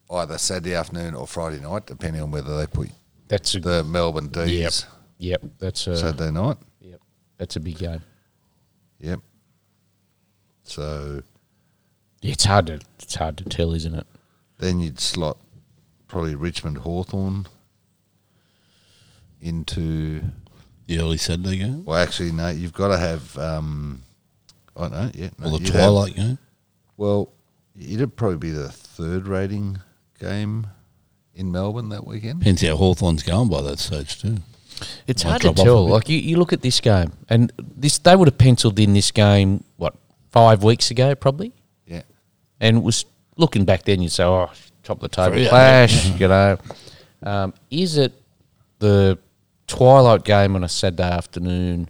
Speaker 3: either Saturday afternoon or Friday night, depending on whether they put
Speaker 4: That's a
Speaker 3: the Melbourne
Speaker 4: yep.
Speaker 3: D's
Speaker 4: Yep. That's a
Speaker 3: Saturday night.
Speaker 4: yep. That's a big game.
Speaker 3: Yep. So
Speaker 4: It's hard to it's hard to tell, isn't it?
Speaker 3: then you'd slot probably Richmond Hawthorn into.
Speaker 2: the early Saturday game
Speaker 3: Well, actually, no. You've got to have. Um, I don't know. Yeah. No,
Speaker 2: or the
Speaker 3: you'd have-
Speaker 2: twilight game.
Speaker 3: well, it'd probably be the third rating game in Melbourne that weekend?
Speaker 2: Depends how Hawthorn's going by that stage too.
Speaker 4: It's
Speaker 2: Might
Speaker 4: hard to
Speaker 2: drop off a
Speaker 4: tell.
Speaker 2: bit.
Speaker 4: Like you, you look at this game, and this they would have penciled in this game what five weeks ago probably,
Speaker 3: Yeah.
Speaker 4: and it was looking back then you'd say, oh, top of the table
Speaker 2: Three, yeah.
Speaker 4: clash, you know. Um, is it the twilight game on a Saturday afternoon?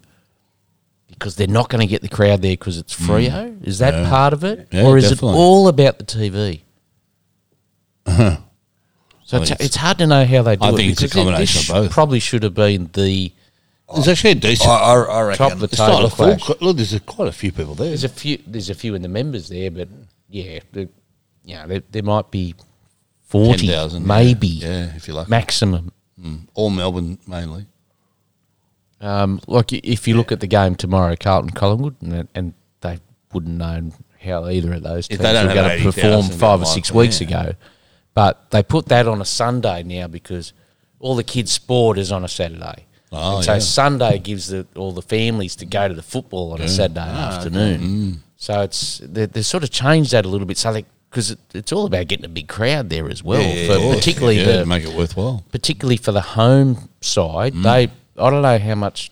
Speaker 4: Because they're not going to get the crowd there because it's Frio. Is that part of it,
Speaker 2: Mm. Yeah,
Speaker 4: or is
Speaker 2: definitely. Uh-huh.
Speaker 4: it all about the TV? So it's,
Speaker 2: it's-
Speaker 4: it's hard to know how they do
Speaker 2: I
Speaker 4: it.
Speaker 2: think it's a
Speaker 4: because thi-
Speaker 2: combination
Speaker 4: this
Speaker 2: of both.
Speaker 4: Probably should have been the
Speaker 2: There's actually a decent.
Speaker 3: I, I, I reckon.
Speaker 4: top of the
Speaker 2: it's not
Speaker 4: table
Speaker 2: a full.
Speaker 4: clash.
Speaker 2: co- Look, there's a, quite a few people there.
Speaker 4: There's a few. There's a few in the members there, but yeah, the, yeah, there, there might be forty,
Speaker 2: 10,000,
Speaker 4: maybe,
Speaker 2: Yeah, yeah, if you like.
Speaker 4: maximum.
Speaker 2: All Melbourne mainly.
Speaker 4: Um, like i- if you look at the game tomorrow, Carlton Collingwood, and, and they wouldn't known how either of those
Speaker 2: If
Speaker 4: teams
Speaker 2: they don't
Speaker 4: were
Speaker 2: have
Speaker 4: going to
Speaker 2: 80,000,
Speaker 4: perform
Speaker 2: they've
Speaker 4: five or
Speaker 2: got
Speaker 4: six
Speaker 2: Michael,
Speaker 4: weeks ago, but they put that on a Sunday now because all the kids' sport is on a Saturday.
Speaker 2: Oh,
Speaker 4: and so
Speaker 2: yeah.
Speaker 4: Sunday gives the, all the families to go to the football on a Saturday
Speaker 2: Ah,
Speaker 4: afternoon.
Speaker 2: Mm.
Speaker 4: So it's they, they sort of changed that a little bit. So because it, it's all about getting a big crowd there as well, for particularly
Speaker 2: yeah,
Speaker 4: the
Speaker 2: to make it worthwhile.
Speaker 4: particularly for the home side, they I don't know how much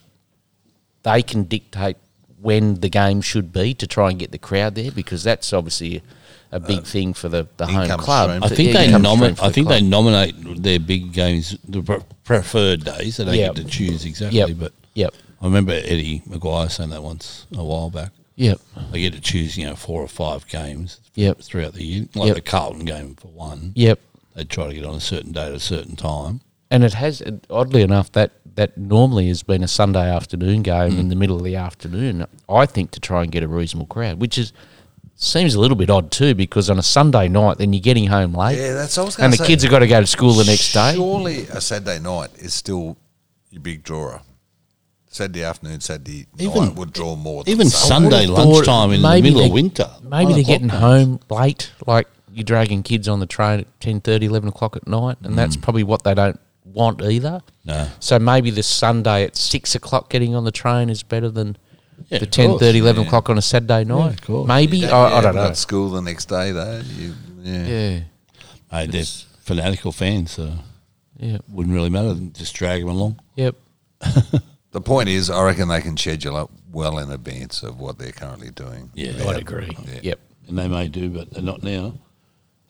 Speaker 4: they can dictate when the game should be to try and get the crowd there because that's obviously a big thing for the, the home
Speaker 3: income
Speaker 4: club.
Speaker 3: stream.
Speaker 2: I
Speaker 4: The
Speaker 2: think they
Speaker 4: income Uh, stream
Speaker 2: nominate.
Speaker 4: for
Speaker 2: I
Speaker 4: the
Speaker 2: think
Speaker 4: club.
Speaker 2: they nominate their big games the pre- preferred days. They don't
Speaker 4: Yeah.
Speaker 2: get to choose exactly,
Speaker 4: Yep.
Speaker 2: but
Speaker 4: Yep.
Speaker 2: I remember Eddie McGuire saying that once a while back.
Speaker 4: Yep.
Speaker 2: They get to choose, you know, four or five games
Speaker 4: Yep.
Speaker 2: throughout the year, like
Speaker 4: Yep.
Speaker 2: the Carlton game for one.
Speaker 4: Yep.
Speaker 2: They try to get on a certain date at a certain time.
Speaker 4: And it has oddly enough that that normally has been a Sunday afternoon game in the middle of the afternoon. I think to try and get a reasonable crowd, which is seems a little bit odd too because on a Sunday night then you're getting home late.
Speaker 3: Yeah, that's what I was gonna
Speaker 4: and the
Speaker 3: say.
Speaker 4: kids have got to go to school the next day.
Speaker 3: Surely a Saturday night is still your big drawer. Saturday afternoon, Saturday
Speaker 2: Even-
Speaker 3: night would draw more. Than
Speaker 2: Even Sunday
Speaker 4: would've thought
Speaker 2: lunchtime in the
Speaker 4: maybe
Speaker 2: middle of
Speaker 4: they-
Speaker 2: winter.
Speaker 4: Maybe
Speaker 2: one
Speaker 4: they're
Speaker 2: o'clock
Speaker 4: getting
Speaker 2: games.
Speaker 4: home late, like you're dragging kids on the train at 10, 11 o'clock at night, and that's probably what they don't want either.
Speaker 2: No.
Speaker 4: So maybe the Sunday at 6 o'clock getting on the train is better than
Speaker 2: Yeah,
Speaker 4: the
Speaker 2: of course,
Speaker 4: 10, 30, 11
Speaker 2: yeah.
Speaker 4: o'clock on a Saturday night.
Speaker 2: of course.
Speaker 4: Maybe,
Speaker 3: Yeah,
Speaker 4: I, I
Speaker 3: yeah,
Speaker 4: don't
Speaker 3: but
Speaker 4: know.
Speaker 3: At school the next day, though. You, yeah.
Speaker 4: Yeah,
Speaker 2: Hey, they're fanatical fans, so
Speaker 4: yeah,
Speaker 2: wouldn't really matter. Just drag them along.
Speaker 4: yep.
Speaker 3: The point is, I reckon they can schedule up well in advance of what they're currently doing.
Speaker 2: Yeah.
Speaker 3: They
Speaker 2: I'd
Speaker 3: have-
Speaker 4: agree.
Speaker 3: yeah.
Speaker 4: Yep.
Speaker 2: and they may do, but they're not now.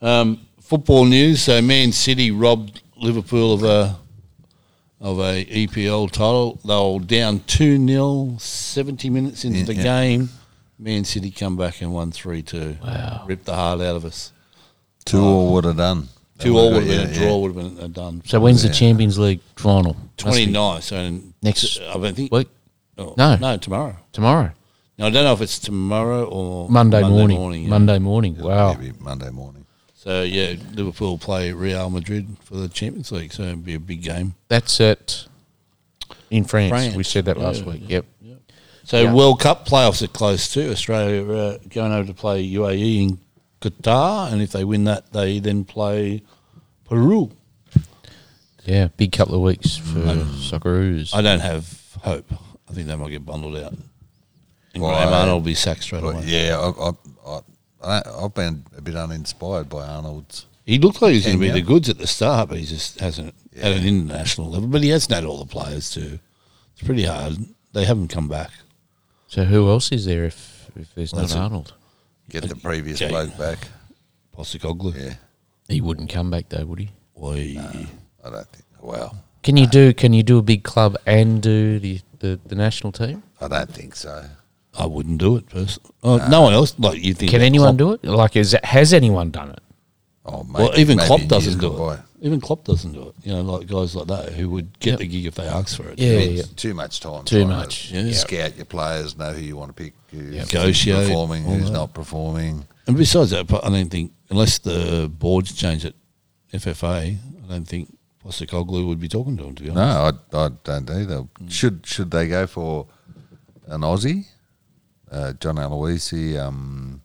Speaker 2: Um, football news: So, Man City robbed Liverpool of a of a EPL title. They were down two 0 70 minutes into
Speaker 3: Yeah,
Speaker 2: the
Speaker 3: yeah.
Speaker 2: game. Man City come back and won three two. Wow! Ripped the heart out of us.
Speaker 3: Two all would have done.
Speaker 2: Oh. Two all would have been a
Speaker 3: Yeah,
Speaker 2: draw. Would have been a done.
Speaker 4: So when's
Speaker 3: Yeah.
Speaker 4: the Champions League final? Must be
Speaker 2: 29, so in
Speaker 4: Next
Speaker 2: I don't think
Speaker 4: week?
Speaker 2: oh,
Speaker 4: No.
Speaker 2: no tomorrow.
Speaker 4: Tomorrow?
Speaker 2: Now, I don't know if it's tomorrow or
Speaker 4: Monday, morning.
Speaker 2: yeah.
Speaker 4: Monday morning. Wow.
Speaker 3: Maybe Monday morning.
Speaker 2: So yeah, Liverpool play Real Madrid for the Champions League, so it'd be a big game.
Speaker 4: That's it. In France.
Speaker 2: France,
Speaker 4: We said that last
Speaker 2: yeah,
Speaker 4: week. Yep.
Speaker 2: So
Speaker 4: Yeah.
Speaker 2: World Cup playoffs are close too. Australia are uh, going over to play UAE in Qatar, and if they win that, they then play Peru.
Speaker 4: Yeah, big couple of weeks for Socceroos.
Speaker 2: Mm. I don't have hope. I think they might get bundled out. And
Speaker 3: Well,
Speaker 2: Graham
Speaker 3: I-
Speaker 2: Arnold will be sacked straight
Speaker 3: But
Speaker 2: away.
Speaker 3: yeah, I, I, I, I, I've been a bit uninspired by Arnold's.
Speaker 2: He looked like he was going to be
Speaker 3: Kenya.
Speaker 2: the goods at the start, but he just hasn't at an international level. But he has had all the players too. It's pretty hard. They haven't come back.
Speaker 4: So who else is there if, if there's
Speaker 2: That's
Speaker 4: not
Speaker 2: it.
Speaker 4: Arnold?
Speaker 3: Get the previous
Speaker 2: Yeah.
Speaker 3: bloke back.
Speaker 2: Postecoglou.
Speaker 3: Yeah,
Speaker 4: He wouldn't come back though, would he?
Speaker 2: Oi.
Speaker 3: I don't think. Well,
Speaker 4: Can you do can you do a big club and do the, the, the national team?
Speaker 3: I don't think so.
Speaker 2: I wouldn't do it personally. Oh, no one else like you think.
Speaker 4: Can
Speaker 2: that
Speaker 4: anyone
Speaker 2: Klopp-
Speaker 4: do it? Like is that, has anyone done it?
Speaker 3: Oh, maybe,
Speaker 2: Well, even
Speaker 3: maybe
Speaker 2: Klopp
Speaker 3: years
Speaker 2: doesn't do
Speaker 3: gone
Speaker 2: it.
Speaker 3: by.
Speaker 2: Even Klopp doesn't do it. You know, like guys like that who would get the gig if they asked for it.
Speaker 4: Yeah,
Speaker 3: It's
Speaker 4: yeah.
Speaker 3: Too much time.
Speaker 4: Too
Speaker 3: trying to
Speaker 4: much, yeah.
Speaker 3: Scout your players, know who you want to pick, who's
Speaker 2: Negotiate,
Speaker 3: performing,
Speaker 2: all
Speaker 3: who's
Speaker 2: that.
Speaker 3: not performing.
Speaker 2: And besides that, I don't think unless the boards change it, FFA, I don't think Postecoglou would be talking to him. To be honest,
Speaker 3: No, I, I don't either. Should should they go for an Aussie, uh, John Aloisi, um,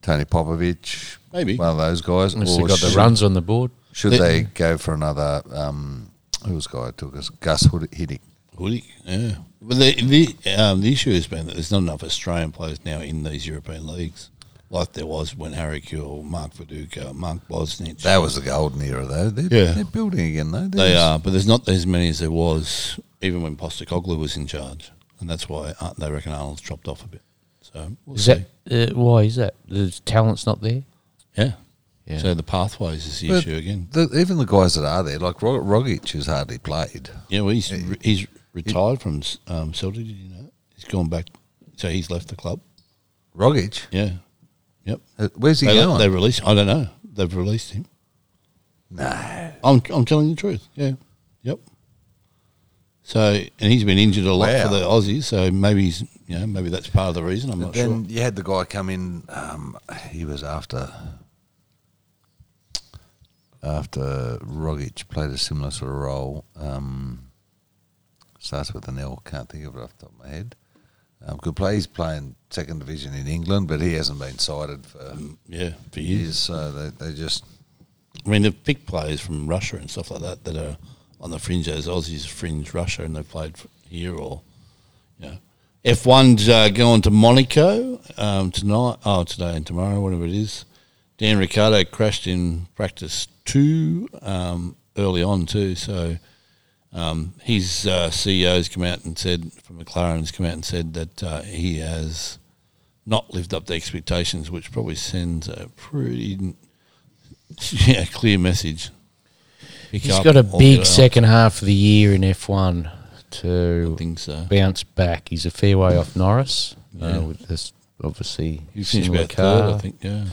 Speaker 3: Tony Popovich,
Speaker 2: Maybe.
Speaker 3: one of those guys,
Speaker 4: Unless they've got the
Speaker 3: should,
Speaker 4: runs on the board.
Speaker 3: should
Speaker 2: The-
Speaker 3: they go for another? Um, who was the guy who took us? Gus Hood- Hiddink.
Speaker 2: would he? Yeah. But the the um, the issue has been that there's not enough Australian players now in these European leagues. like there was when Harry Kuehl, Mark Viduka, Mark Bosnich.
Speaker 3: That was the golden era, though. They're,
Speaker 2: Yeah.
Speaker 3: they're building again, though.
Speaker 2: They
Speaker 3: There's-
Speaker 2: are, but there's not as many as there was even when Postacoglu was in charge, and that's why uh, they reckon Arnold's dropped off a bit. So we'll
Speaker 4: Is
Speaker 2: see.
Speaker 4: that uh, why is that? The talent's not there.
Speaker 2: yeah.
Speaker 4: Yeah.
Speaker 2: So the pathways is the
Speaker 3: But-
Speaker 2: issue again.
Speaker 3: The, even the guys that are there, like Ro- Rogic, has hardly played.
Speaker 2: Yeah, well, he's re- he's retired from S- um, Celtic. Did you know? He's gone back, so he's left the club.
Speaker 3: Rogic,
Speaker 2: Yeah, yep.
Speaker 3: Uh, where's he
Speaker 2: They,
Speaker 3: going?
Speaker 2: they released. I don't know. They've released him.
Speaker 3: no,
Speaker 2: I'm I'm telling the truth. Yeah, yep. So and he's been injured a lot for
Speaker 3: Wow.
Speaker 2: the Aussies. So maybe he's you know maybe that's part of the reason. I'm not
Speaker 3: then
Speaker 2: sure.
Speaker 3: you had the guy come in. Um, he was after after Rogic played a similar sort of role. Um, starts with an L. Can't think of it off the top of my head. Um, could play. He's playing second division in England, but he hasn't been cited for
Speaker 2: Yeah, for years.
Speaker 3: years. So they, they just
Speaker 2: I mean, they've picked players from Russia and stuff like that that are on the fringe as Aussies, fringe Russia, and they've played f- here or, you know. F1's uh, going to Monaco um, tonight, oh, today and tomorrow, whatever it is. Dan Ricciardo crashed in practice two um, early on, too. So um, his uh, CEO's come out and said, from McLaren's come out and said that uh, he has not lived up to expectations, which probably sends a pretty yeah, clear message. Pick
Speaker 4: He's
Speaker 2: up uh,
Speaker 4: got a
Speaker 2: or
Speaker 4: big
Speaker 2: get out.
Speaker 4: second half of the year in F1 to
Speaker 2: I think so.
Speaker 4: bounce back. He's a fair way off Norris
Speaker 2: Yeah.
Speaker 4: uh, with this obviously
Speaker 2: He finished
Speaker 4: similar
Speaker 2: about
Speaker 4: car.
Speaker 2: third, I think. Yeah,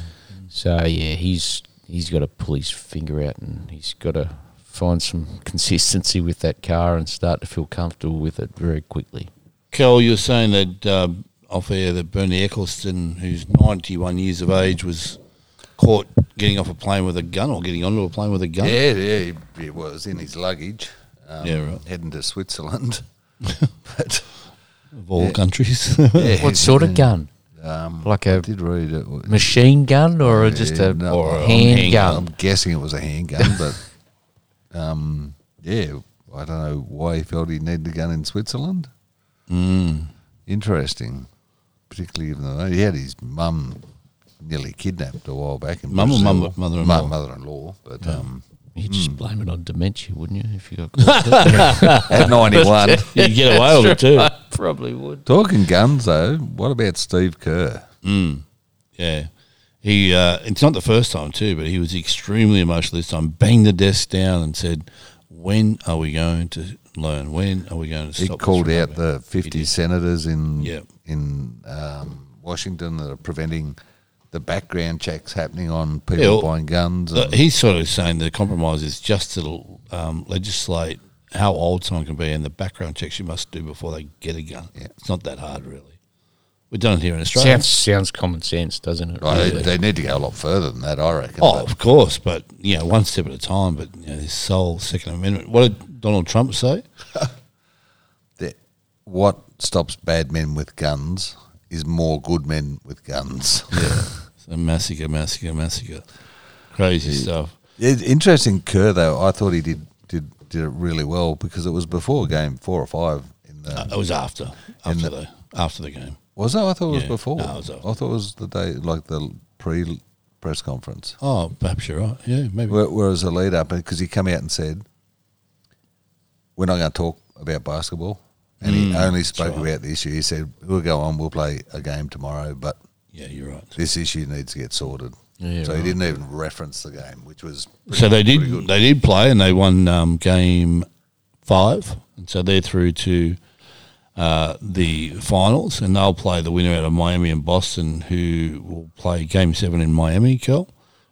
Speaker 4: So yeah, he's he's got to pull his finger out and he's got to find some consistency with that car and start to feel comfortable with it very quickly.
Speaker 2: Kel, you were saying that uh, off air that Bernie Eccleston, who's ninety-one years of age, was caught getting off a plane with a gun or getting onto a plane with a gun.
Speaker 3: Yeah, yeah, he, he was in his luggage. Um,
Speaker 2: Yeah, right.
Speaker 3: Heading to Switzerland. but
Speaker 2: of all countries.
Speaker 3: yeah,
Speaker 4: What sort of gun?
Speaker 3: Um,
Speaker 4: Like a
Speaker 3: I did read it. was-
Speaker 4: machine gun or just
Speaker 3: Yeah,
Speaker 4: a
Speaker 3: no,
Speaker 2: or a
Speaker 3: I'm
Speaker 4: handgun?
Speaker 3: guessing it was a handgun, but um, yeah, I don't know why he felt he needed a gun in Switzerland.
Speaker 2: Hmm.
Speaker 3: Interesting, particularly even though he had his mum nearly kidnapped a while back in
Speaker 2: Mum or
Speaker 3: Brazil.
Speaker 2: mum- mother-in-law?
Speaker 3: Mu- mother-in-law, but um,
Speaker 4: You'd just blame it on dementia, wouldn't you? If you got
Speaker 3: at ninety-one.
Speaker 2: you can get away with it too.
Speaker 4: probably would.
Speaker 3: Talking guns, though, what about Steve Kerr?
Speaker 2: Yeah. He, uh, it's not the first time too, but he was extremely emotional this time. Banged the desk down and said, "When are we going to learn? When are we going to
Speaker 3: He
Speaker 2: stop?" this
Speaker 3: called
Speaker 2: from
Speaker 3: out
Speaker 2: happening?"
Speaker 3: the 50 senators in
Speaker 2: Yeah.
Speaker 3: in um, Washington that are preventing the background checks happening on people
Speaker 2: Yeah, well,
Speaker 3: buying guns.
Speaker 2: So
Speaker 3: and-
Speaker 2: he's sort of saying the compromise is just to um, legislate how old someone can be and the background checks you must do before they get a gun.
Speaker 3: Yeah.
Speaker 2: It's not that hard, really. We've done it here in Australia.
Speaker 4: Sounds sounds common sense, doesn't it?
Speaker 3: Right, they,
Speaker 4: really?
Speaker 3: they need to go a lot further than that, I reckon.
Speaker 2: Oh,
Speaker 3: but
Speaker 2: of course, but you know, one step at a time. But you know, this sole Second Amendment. What did Donald Trump say?
Speaker 3: the- what stops bad men with guns is more good men with guns.
Speaker 2: So massacre, massacre, massacre. Crazy stuff.
Speaker 3: It's interesting, Kerr, though, I thought he did, did, did it really well because it was before game four or five. In the,
Speaker 2: Uh, it was after after
Speaker 3: the-
Speaker 2: the after the game.
Speaker 3: was that? I thought it was
Speaker 2: yeah,
Speaker 3: before.
Speaker 2: no, it was after.
Speaker 3: I thought it was the day, like the pre press conference.
Speaker 2: Oh, perhaps you're right. Yeah, maybe.
Speaker 3: Where, whereas the lead up, because he come out and said, "We're not going to talk about basketball," and he only spoke about the issue. He said, "We'll go on. We'll play a game tomorrow, but
Speaker 2: yeah, you're right.
Speaker 3: this issue needs to get sorted."
Speaker 4: Yeah,
Speaker 3: so
Speaker 4: right.
Speaker 3: he didn't even reference the game, which was
Speaker 2: So they
Speaker 3: pretty
Speaker 2: did.
Speaker 3: good.
Speaker 2: They did play, and they won um, game five, and so they're through to uh, the finals, and they'll play the winner out of Miami and Boston, who will play game seven in Miami. Kel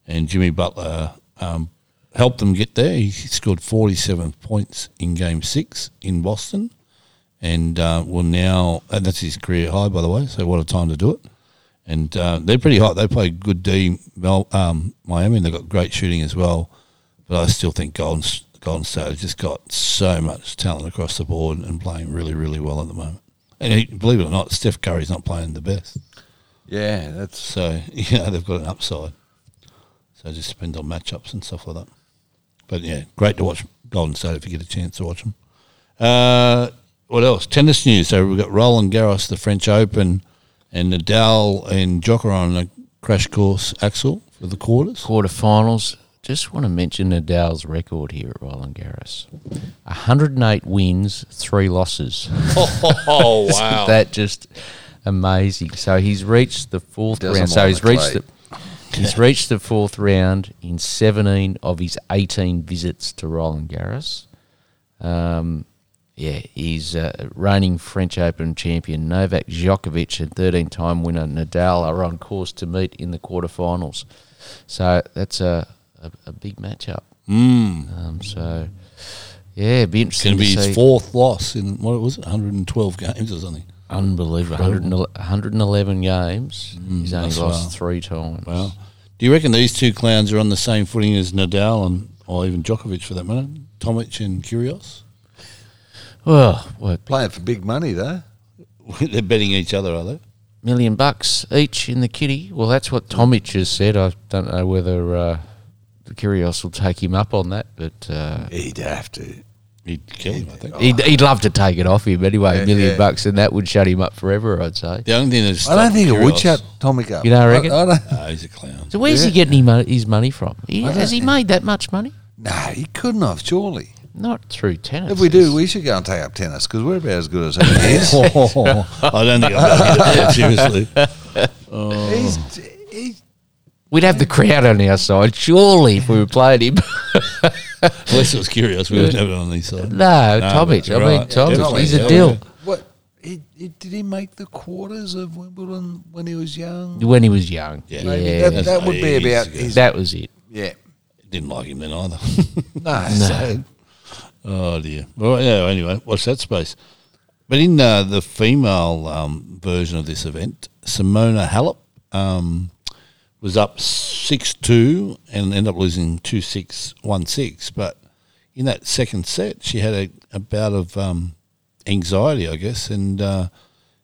Speaker 2: and Jimmy Butler um, helped them get there. He scored forty-seven points in game six in Boston, and uh, will now and that's his career high, by the way. So what a time to do it! And uh, they're pretty hot. They play good D Mel, um, Miami, and they've got great shooting as well. But I still think Golden Golden State has just got so much talent across the board and playing really, really well at the moment. And he, believe it or not, Steph Curry's not playing the best.
Speaker 3: yeah, that's
Speaker 2: So you know they've got an upside. So it just depends on matchups and stuff like that. But yeah, great to watch Golden State if you get a chance to watch them. Uh, what else? Tennis news. So we've got Roland Garros, the French Open, and Nadal and Djokovic on a crash course Axel for the quarters.
Speaker 4: quarterfinals. Just want to mention Nadal's record here at Roland Garros 108 wins, three losses.
Speaker 2: Oh wow!
Speaker 4: that just amazing. So he's reached the 4th
Speaker 3: Doesn't
Speaker 4: round. So
Speaker 3: like
Speaker 4: he's
Speaker 3: the
Speaker 4: reached
Speaker 3: clay.
Speaker 4: the. He's reached the fourth round in 17 of his 18 visits to Roland Garros. Um, yeah, he's uh, reigning French Open champion Novak Djokovic and 13-time winner Nadal are on course to meet in the quarterfinals. So that's a a, a big matchup. Mm. Um, so yeah, it'd be
Speaker 2: Hmm. It's going
Speaker 4: interesting
Speaker 2: to be
Speaker 4: to see.
Speaker 2: his fourth loss in what was it, 112 games or something.
Speaker 4: Unbelievable. 111, 111 games. He's only
Speaker 2: Mm, that's
Speaker 4: lost
Speaker 2: wow.
Speaker 4: three times.
Speaker 2: Wow. Do you reckon these two clowns are on the same footing as Nadal and or even Djokovic for that matter? Tomic and Kyrgios?
Speaker 4: Well, what,
Speaker 3: Playing for big money though.
Speaker 2: They're betting each other, are they?
Speaker 4: million bucks each in the kitty? Well, that's what Tomic has said. I don't know whether uh, the Kyrgios will take him up on that, but uh,
Speaker 3: He'd have to.
Speaker 2: He'd kill him, I think.
Speaker 4: he'd, he'd love to take it off him anyway.
Speaker 3: Yeah,
Speaker 4: a million
Speaker 3: yeah.
Speaker 4: bucks, and that would shut him up forever, I'd say.
Speaker 2: The only thing that's
Speaker 3: I don't think it would
Speaker 2: Kyrgios-
Speaker 3: shut Tomic up.
Speaker 4: You don't reckon?
Speaker 3: I, I don't,
Speaker 2: No, he's a clown.
Speaker 4: So where's he getting him, uh, his money from? He,
Speaker 3: don't-
Speaker 4: has he made that much money?
Speaker 3: no, he couldn't have surely.
Speaker 4: Not through tennis.
Speaker 3: If we do, we should go and take up tennis because we're about as good as he is.
Speaker 2: I don't think I'm going to seriously.
Speaker 3: he's, he's,
Speaker 4: We'd have the crowd on our side, surely, if we were playing him.
Speaker 2: Unless it was Kyrgios, we wouldn't have it on the side.
Speaker 4: no,
Speaker 2: No,
Speaker 4: Tomic.
Speaker 2: but-
Speaker 4: I mean,
Speaker 2: right,
Speaker 4: Tomic.
Speaker 2: definitely,
Speaker 4: He's a
Speaker 2: yeah.
Speaker 4: deal.
Speaker 3: what? He, he, did he make the quarters of Wimbledon when he was young?
Speaker 4: When he was young. Yeah.
Speaker 2: Yeah.
Speaker 3: Maybe that, that would be
Speaker 2: Ages
Speaker 3: about
Speaker 2: ago.
Speaker 3: his.
Speaker 4: That was it.
Speaker 3: yeah.
Speaker 2: Didn't like him then either.
Speaker 3: No. So,
Speaker 2: oh dear. Well, yeah. Anyway, watch that space. But in uh, the female um, version of this event, Simona Halep um, was up six two and ended up losing two six one six. But in that second set, she had a, a bout of um, anxiety, I guess, and uh,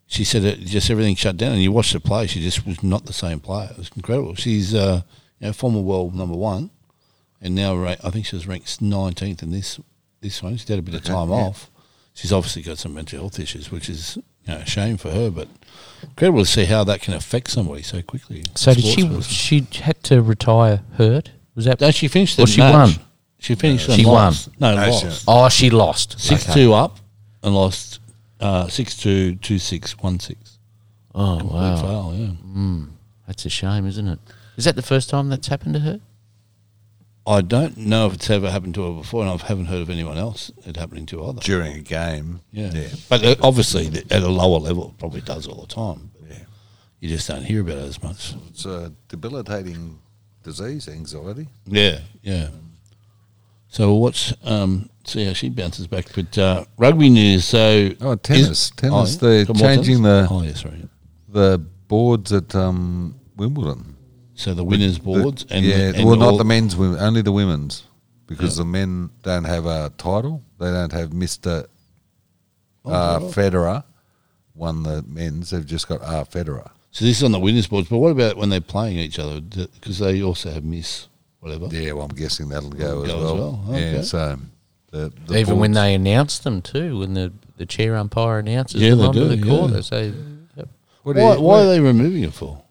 Speaker 2: she said it just everything shut down. And you watched her play; she just was not the same player. It was incredible. She's uh, you know, former world number one, and now ra- I think she was ranked nineteenth in this this one. She's had a bit of time off. She's obviously got some mental health issues, which is you know, a shame for her. But incredible to see how that can affect somebody so quickly.
Speaker 4: So did she?
Speaker 2: Sportsperson.
Speaker 4: She had to retire hurt. Was that?
Speaker 2: No, she finished the
Speaker 4: Or she
Speaker 2: match.
Speaker 4: won?
Speaker 2: She finished. and
Speaker 4: She won.
Speaker 2: lost. No,
Speaker 3: No, she-
Speaker 2: lost.
Speaker 4: oh, she lost.
Speaker 2: Six two up and lost uh, six two two six one six.
Speaker 4: Oh
Speaker 2: Wow.
Speaker 4: wow,
Speaker 2: Fail, yeah.
Speaker 4: that's a shame, isn't it? Is that the first time that's happened to her?
Speaker 2: I don't know if it's ever happened to her before, and I haven't heard of anyone else it happening to either.
Speaker 3: during a game.
Speaker 2: Yeah, but uh, obviously th- at a lower level, it probably does all the time. But
Speaker 3: Yeah.
Speaker 2: you just don't hear about it as much.
Speaker 3: It's a debilitating disease, anxiety.
Speaker 2: Yeah, yeah. So we'll watch, um, see how she bounces back. But uh, rugby news. So
Speaker 3: Oh, tennis. Tennis,
Speaker 2: yeah.
Speaker 3: they're
Speaker 2: Got more
Speaker 3: changing
Speaker 2: tennis?
Speaker 3: the-
Speaker 2: Oh, yes, right.
Speaker 3: The boards at um, Wimbledon.
Speaker 2: So the winners'
Speaker 3: The-
Speaker 2: boards and
Speaker 3: yeah,
Speaker 2: and
Speaker 3: well, not
Speaker 2: all-
Speaker 3: the men's, women, only the women's, because the men don't have a title. They don't have Mister uh, Federer won the men's. They've just got R Federer.
Speaker 2: So this is on the winners' boards. But what about when they're playing each other? Because they also have miss whatever.
Speaker 3: Yeah, well, I'm guessing that'll go,
Speaker 2: That'll
Speaker 3: as
Speaker 2: go as
Speaker 3: well.
Speaker 2: well,
Speaker 3: Yeah,
Speaker 2: okay.
Speaker 3: so the, the
Speaker 4: Even when
Speaker 3: boards-
Speaker 4: they announce them too, when the the chair umpire announces
Speaker 2: Yeah,
Speaker 4: them
Speaker 2: they
Speaker 4: onto
Speaker 2: do,
Speaker 4: the
Speaker 2: yeah.
Speaker 4: quarter. So yep.
Speaker 3: What do
Speaker 2: Why,
Speaker 3: you-
Speaker 2: why are they removing it for?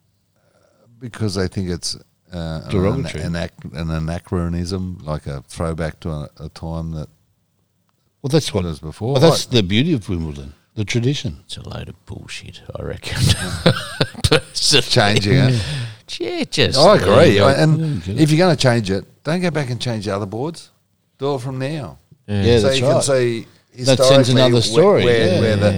Speaker 3: because they think it's uh, an,
Speaker 2: Derogatory.
Speaker 3: an, ac- an anachronism, like a throwback to a, a time that
Speaker 2: Well, that's what.
Speaker 3: was before.
Speaker 2: Well, that's the beauty of Wimbledon, the tradition.
Speaker 4: it's a load of bullshit, I reckon. Personally.
Speaker 3: changing it.
Speaker 4: Yeah, just
Speaker 3: I agree. And
Speaker 2: Yeah,
Speaker 3: if you're going to change it, don't go back and change the other boards. Do it from now.
Speaker 2: Yeah,
Speaker 3: so
Speaker 2: that's
Speaker 3: you
Speaker 2: right.
Speaker 3: can see
Speaker 2: That sends
Speaker 3: historically
Speaker 2: another
Speaker 3: where-
Speaker 2: story,
Speaker 3: Where,
Speaker 2: yeah.
Speaker 3: where the,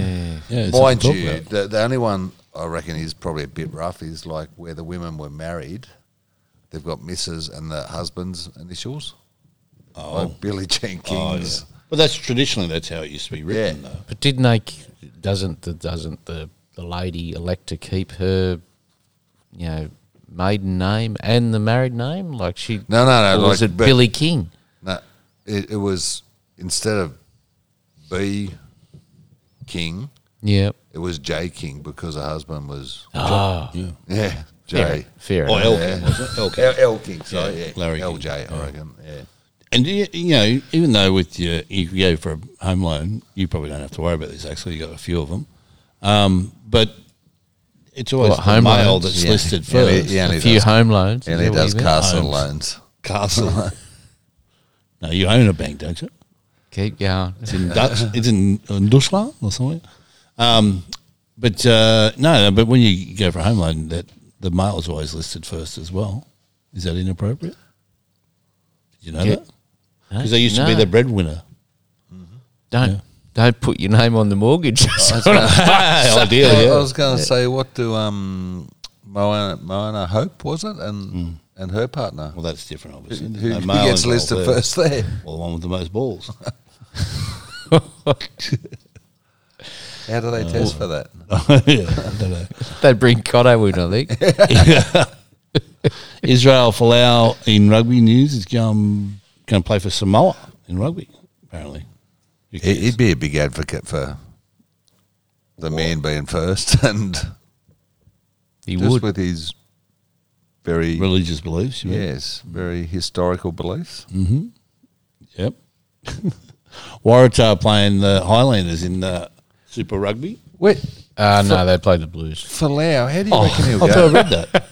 Speaker 2: Yeah, it's
Speaker 3: mind
Speaker 2: something to
Speaker 3: you,
Speaker 2: talk about.
Speaker 3: the, the only one I reckon is probably a bit rough is like where the women were married. They've got Mrs. and the husband's initials. Oh, like Billie Jean
Speaker 2: Oh,
Speaker 3: King's.
Speaker 2: But that's traditionally that's how it used to be written,
Speaker 3: Yeah.
Speaker 2: though.
Speaker 4: But didn't they? Doesn't the doesn't the, the lady elect to keep her, you know, maiden name and the married name? Like she?
Speaker 3: No, no, no.
Speaker 4: or was
Speaker 3: like,
Speaker 4: it
Speaker 3: but-
Speaker 4: Billy King?
Speaker 3: No, it, it was instead of B King,
Speaker 4: Yeah.
Speaker 3: it was J King because her husband was
Speaker 4: Oh,
Speaker 3: yeah
Speaker 4: fair,
Speaker 3: J.
Speaker 4: fair
Speaker 2: Or
Speaker 4: enough.
Speaker 2: Elkin, was it? Elkin.
Speaker 3: L, L King, sorry,
Speaker 2: Yeah,
Speaker 3: yeah,
Speaker 2: Larry King,
Speaker 3: LJ, I reckon. Yeah,
Speaker 2: And you, you know, even though with your if you go for a home loan, you probably don't have to worry about this. Actually, you got a few of them, um, but it's always
Speaker 4: What,
Speaker 2: the
Speaker 4: home
Speaker 2: male
Speaker 4: loans?
Speaker 2: that's
Speaker 3: Yeah.
Speaker 2: listed
Speaker 3: Yeah,
Speaker 2: first.
Speaker 3: He only
Speaker 4: a few
Speaker 3: does-
Speaker 4: home loans.
Speaker 3: And he
Speaker 4: Is that what
Speaker 3: does
Speaker 4: you meant?
Speaker 3: castle
Speaker 2: Homes.
Speaker 3: loans.
Speaker 2: Castle. no, you own a bank, don't you?
Speaker 4: Keep going.
Speaker 2: It's in Dutch. it's in uh, Duitsland or somewhere. Um, but uh, no, no, but when you go for a home loan, that the male is always listed first as well. Is that inappropriate? Did you know
Speaker 4: Yeah.
Speaker 2: that? Because they used to be
Speaker 4: No.
Speaker 2: the breadwinner.
Speaker 4: Don't don't put your name on the
Speaker 3: Oh,
Speaker 4: mortgage.
Speaker 2: Ideally,
Speaker 3: I,
Speaker 2: yeah.
Speaker 3: was going to say, what do um, Moana, Moana Hope was it, and and her partner
Speaker 2: Hmm. Well, that's different, obviously.
Speaker 3: who,
Speaker 2: There's
Speaker 3: who
Speaker 2: no male
Speaker 3: gets
Speaker 2: involved
Speaker 3: listed
Speaker 2: there.
Speaker 3: first there?
Speaker 2: Well, the one with the most balls.
Speaker 3: How do they test for that?
Speaker 2: yeah, I don't know.
Speaker 4: they bring Cotto in, I think.
Speaker 2: Israel Folau in rugby news is going going to play for Samoa in rugby. Apparently, Who
Speaker 3: He-
Speaker 2: cares?
Speaker 3: He'd be a big advocate for the man being first, and
Speaker 4: He
Speaker 3: just
Speaker 4: would.
Speaker 3: with his very
Speaker 2: religious beliefs. You mean?
Speaker 3: yes, very historical beliefs.
Speaker 2: Hmm. Yep. Waratah playing the Highlanders in uh, the Super Rugby.
Speaker 3: Wait,
Speaker 4: Uh, no, they played the Blues.
Speaker 3: Falau, how do you reckon
Speaker 2: I
Speaker 3: he'll
Speaker 2: thought
Speaker 3: go?
Speaker 2: I read that.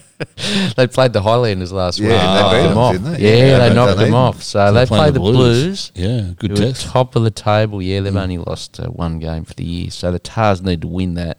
Speaker 4: They played the Highlanders last
Speaker 3: Yeah,
Speaker 4: week.
Speaker 3: and they
Speaker 2: Ah.
Speaker 4: knocked
Speaker 3: beat
Speaker 4: them
Speaker 3: them,
Speaker 4: off.
Speaker 3: didn't they?
Speaker 4: Yeah,
Speaker 3: Yeah,
Speaker 4: they
Speaker 3: they
Speaker 4: knocked
Speaker 3: done
Speaker 4: them
Speaker 3: them.
Speaker 4: off. So they,
Speaker 2: playing
Speaker 4: played the Blues.
Speaker 2: Yeah, good
Speaker 4: They were
Speaker 2: test. Mm.
Speaker 4: top of the table. Yeah, they've only lost uh, one game for the year, so the Tars need to win that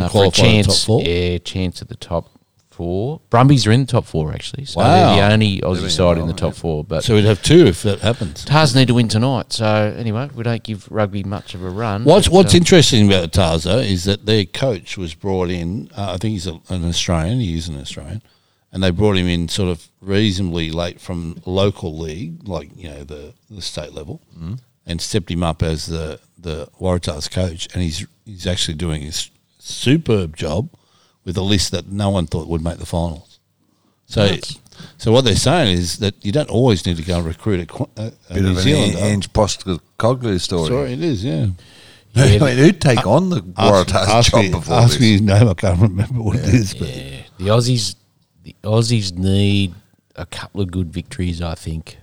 Speaker 2: To
Speaker 4: for a
Speaker 2: qualify the top
Speaker 4: chance.
Speaker 2: four?
Speaker 4: Yeah, chance at the top four. Brumbies are in the top four actually, so they're
Speaker 2: Wow.
Speaker 4: the only
Speaker 3: in
Speaker 4: Aussie
Speaker 3: the
Speaker 4: side in the
Speaker 3: bottom,
Speaker 4: top four. But
Speaker 2: So we'd have two if that happens.
Speaker 4: Tars need to win tonight. So anyway, we don't give rugby much of a run.
Speaker 2: Mm-hmm. What's
Speaker 4: but,
Speaker 2: What's
Speaker 4: um,
Speaker 2: interesting about the Tars though is that their coach was brought in. Uh, I think he's a, an Australian. He is an Australian, and they brought him in sort of reasonably late from local league, like you know the, the state level, mm. and stepped him up as the the Waratahs coach. And he's he's actually doing his superb job with a list that no one thought would make the finals. So. So what they're saying is that you don't always need to go and recruit a, qu- a, a
Speaker 3: Bit
Speaker 2: New
Speaker 3: of an An-
Speaker 2: Zealander.
Speaker 3: Ange Postacoglu story.
Speaker 2: Sorry, it is, yeah.
Speaker 3: I mean, who'd take on the
Speaker 2: Ask-
Speaker 3: Waratahs
Speaker 2: ask
Speaker 3: job
Speaker 2: me-
Speaker 3: before
Speaker 2: ask
Speaker 3: this?
Speaker 2: me his name. I can't remember what it is. But
Speaker 4: Yeah, the Aussies, the Aussies need a couple of good victories, I think,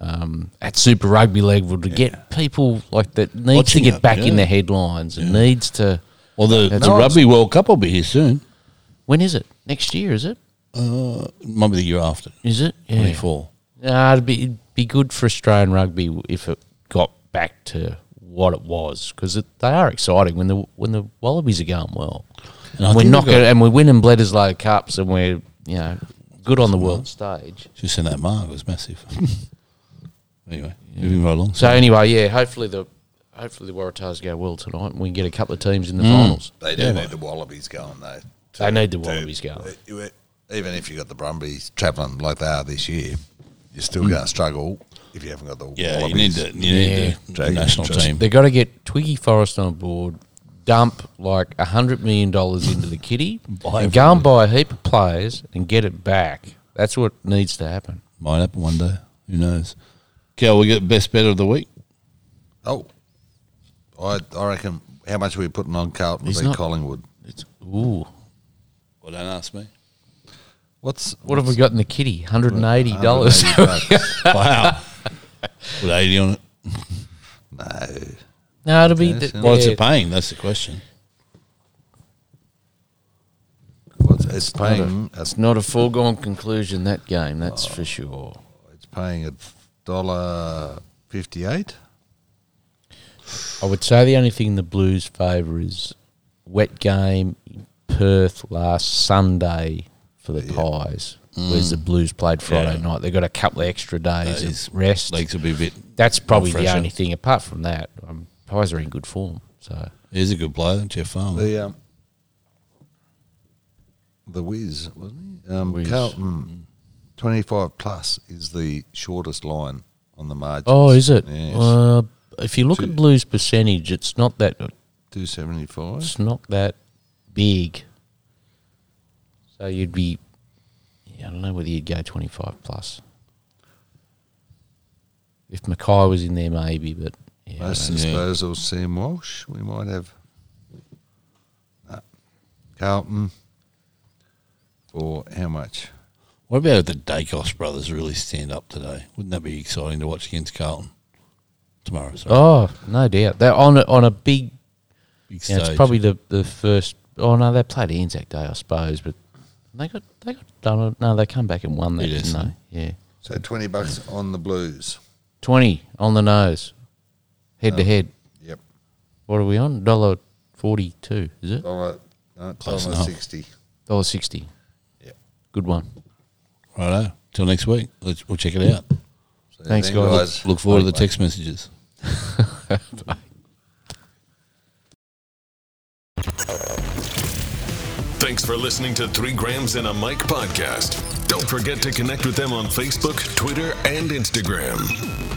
Speaker 4: um, at Super Rugby level to get people like that needs
Speaker 2: Watching
Speaker 4: to get
Speaker 2: it,
Speaker 4: back
Speaker 2: yeah.
Speaker 4: in the headlines and needs to.
Speaker 2: well, the,
Speaker 4: That's
Speaker 2: the
Speaker 4: right.
Speaker 2: Rugby World Cup will be here soon.
Speaker 4: When is it? Next year? Is it?
Speaker 2: Might be the year after.
Speaker 4: Is it?
Speaker 2: Twenty four.
Speaker 4: Nah, it'd be it'd be good for Australian rugby if it got back to what it was because they are exciting when the when the Wallabies are going well.
Speaker 2: And I
Speaker 4: we're
Speaker 2: think
Speaker 4: not
Speaker 2: we've
Speaker 4: gonna, and we're winning Bledisloe Cups and we're you know good on the world stage.
Speaker 2: Just seen that mark. It was massive. anyway, moving right along.
Speaker 4: So anyway, yeah, hopefully the hopefully the Waratahs go well tonight and we get a couple of teams in the finals.
Speaker 3: They do need the Wallabies going though.
Speaker 4: Mm. They need the Wallabies going.
Speaker 3: Even if you've got the Brumbies travelling like they are this year, you're still
Speaker 4: Hmm.
Speaker 3: going to struggle if you haven't got the
Speaker 2: yeah,
Speaker 3: Wallabies.
Speaker 2: you need the, you need
Speaker 4: Yeah.
Speaker 2: the
Speaker 3: Dragons,
Speaker 2: national
Speaker 3: just-
Speaker 2: team.
Speaker 4: They got to get Twiggy Forrest on board, dump like a hundred million dollars into the kitty,
Speaker 2: Buy
Speaker 4: and go and buy a heap of players and get it back. That's what needs to happen.
Speaker 2: Might happen one day. Who knows? Cal, we get best bet of the week.
Speaker 3: Oh, I, I reckon how much are we putting on Carlton
Speaker 4: He's
Speaker 3: v
Speaker 4: not-
Speaker 3: Collingwood?
Speaker 4: It's ooh.
Speaker 2: Well, don't ask me.
Speaker 3: What's
Speaker 4: What have we got in the kitty? Hundred and eighty dollars.
Speaker 3: $180?
Speaker 2: Wow. With eighty on it.
Speaker 3: no,
Speaker 4: no, it'll be.
Speaker 3: Yes,
Speaker 4: the-
Speaker 2: Well, it's
Speaker 4: yeah.
Speaker 2: a paying. That's the question.
Speaker 3: What's, it's paying. It's,
Speaker 4: It's not a foregone conclusion that game. That's for sure.
Speaker 3: it's paying a dollar fifty-eight.
Speaker 4: I would say the only thing the Blues favour is wet game in Perth last Sunday for the Pies, whereas the Blues played Friday
Speaker 2: Mm. Yeah.
Speaker 4: night. They got a couple of extra days
Speaker 2: Days.
Speaker 4: of rest.
Speaker 2: Legs will be a bit.
Speaker 4: That's probably the
Speaker 2: fresher.
Speaker 4: only thing. Apart from that, um, Pies are in good form. So
Speaker 2: He's a good player, Jeff Farmer.
Speaker 3: The um, the Wiz wasn't he? Um,
Speaker 4: Wiz.
Speaker 3: Carlton twenty-five plus is the shortest line on the margin.
Speaker 4: oh, is it?
Speaker 3: Yes.
Speaker 4: Uh, if you look at Blues percentage, it's not that.
Speaker 3: Two seventy-five.
Speaker 4: It's not that big. So you'd be. Yeah, I don't know whether you'd go 25 plus. If Mackay was in there, maybe, but. Yeah, I
Speaker 3: Most
Speaker 4: don't know.
Speaker 3: disposals. Sam Walsh. We might have No. Carlton for mm, how much?
Speaker 2: What about if the Dacos brothers really stand up today? Wouldn't that be exciting to watch against Carlton tomorrow? Sorry,
Speaker 4: oh, no doubt. They're on a, on a big.
Speaker 2: big
Speaker 4: Yeah,
Speaker 2: stage.
Speaker 4: it's probably the, the first Oh no, they played Anzac Day, I suppose, but they got they got done. No, they come back and won that,
Speaker 2: It is.
Speaker 4: didn't they? Yeah,
Speaker 3: So twenty bucks on the Blues.
Speaker 4: twenty on the nose, head to head.
Speaker 3: Yep.
Speaker 4: What are we on? Dollar forty-two, is it?
Speaker 3: Dollar, no,
Speaker 2: Close
Speaker 3: dollar
Speaker 2: enough.
Speaker 3: sixty.
Speaker 4: Dollar sixty.
Speaker 3: Yep.
Speaker 4: Good one.
Speaker 2: Righto. Till next week. Let's, we'll check it out.
Speaker 3: So
Speaker 4: Thanks,
Speaker 3: then,
Speaker 4: guys.
Speaker 2: Look forward to the text messages.
Speaker 1: Thanks for listening to Three Grams and a Mic podcast. Don't forget to connect with them on Facebook, Twitter, and Instagram.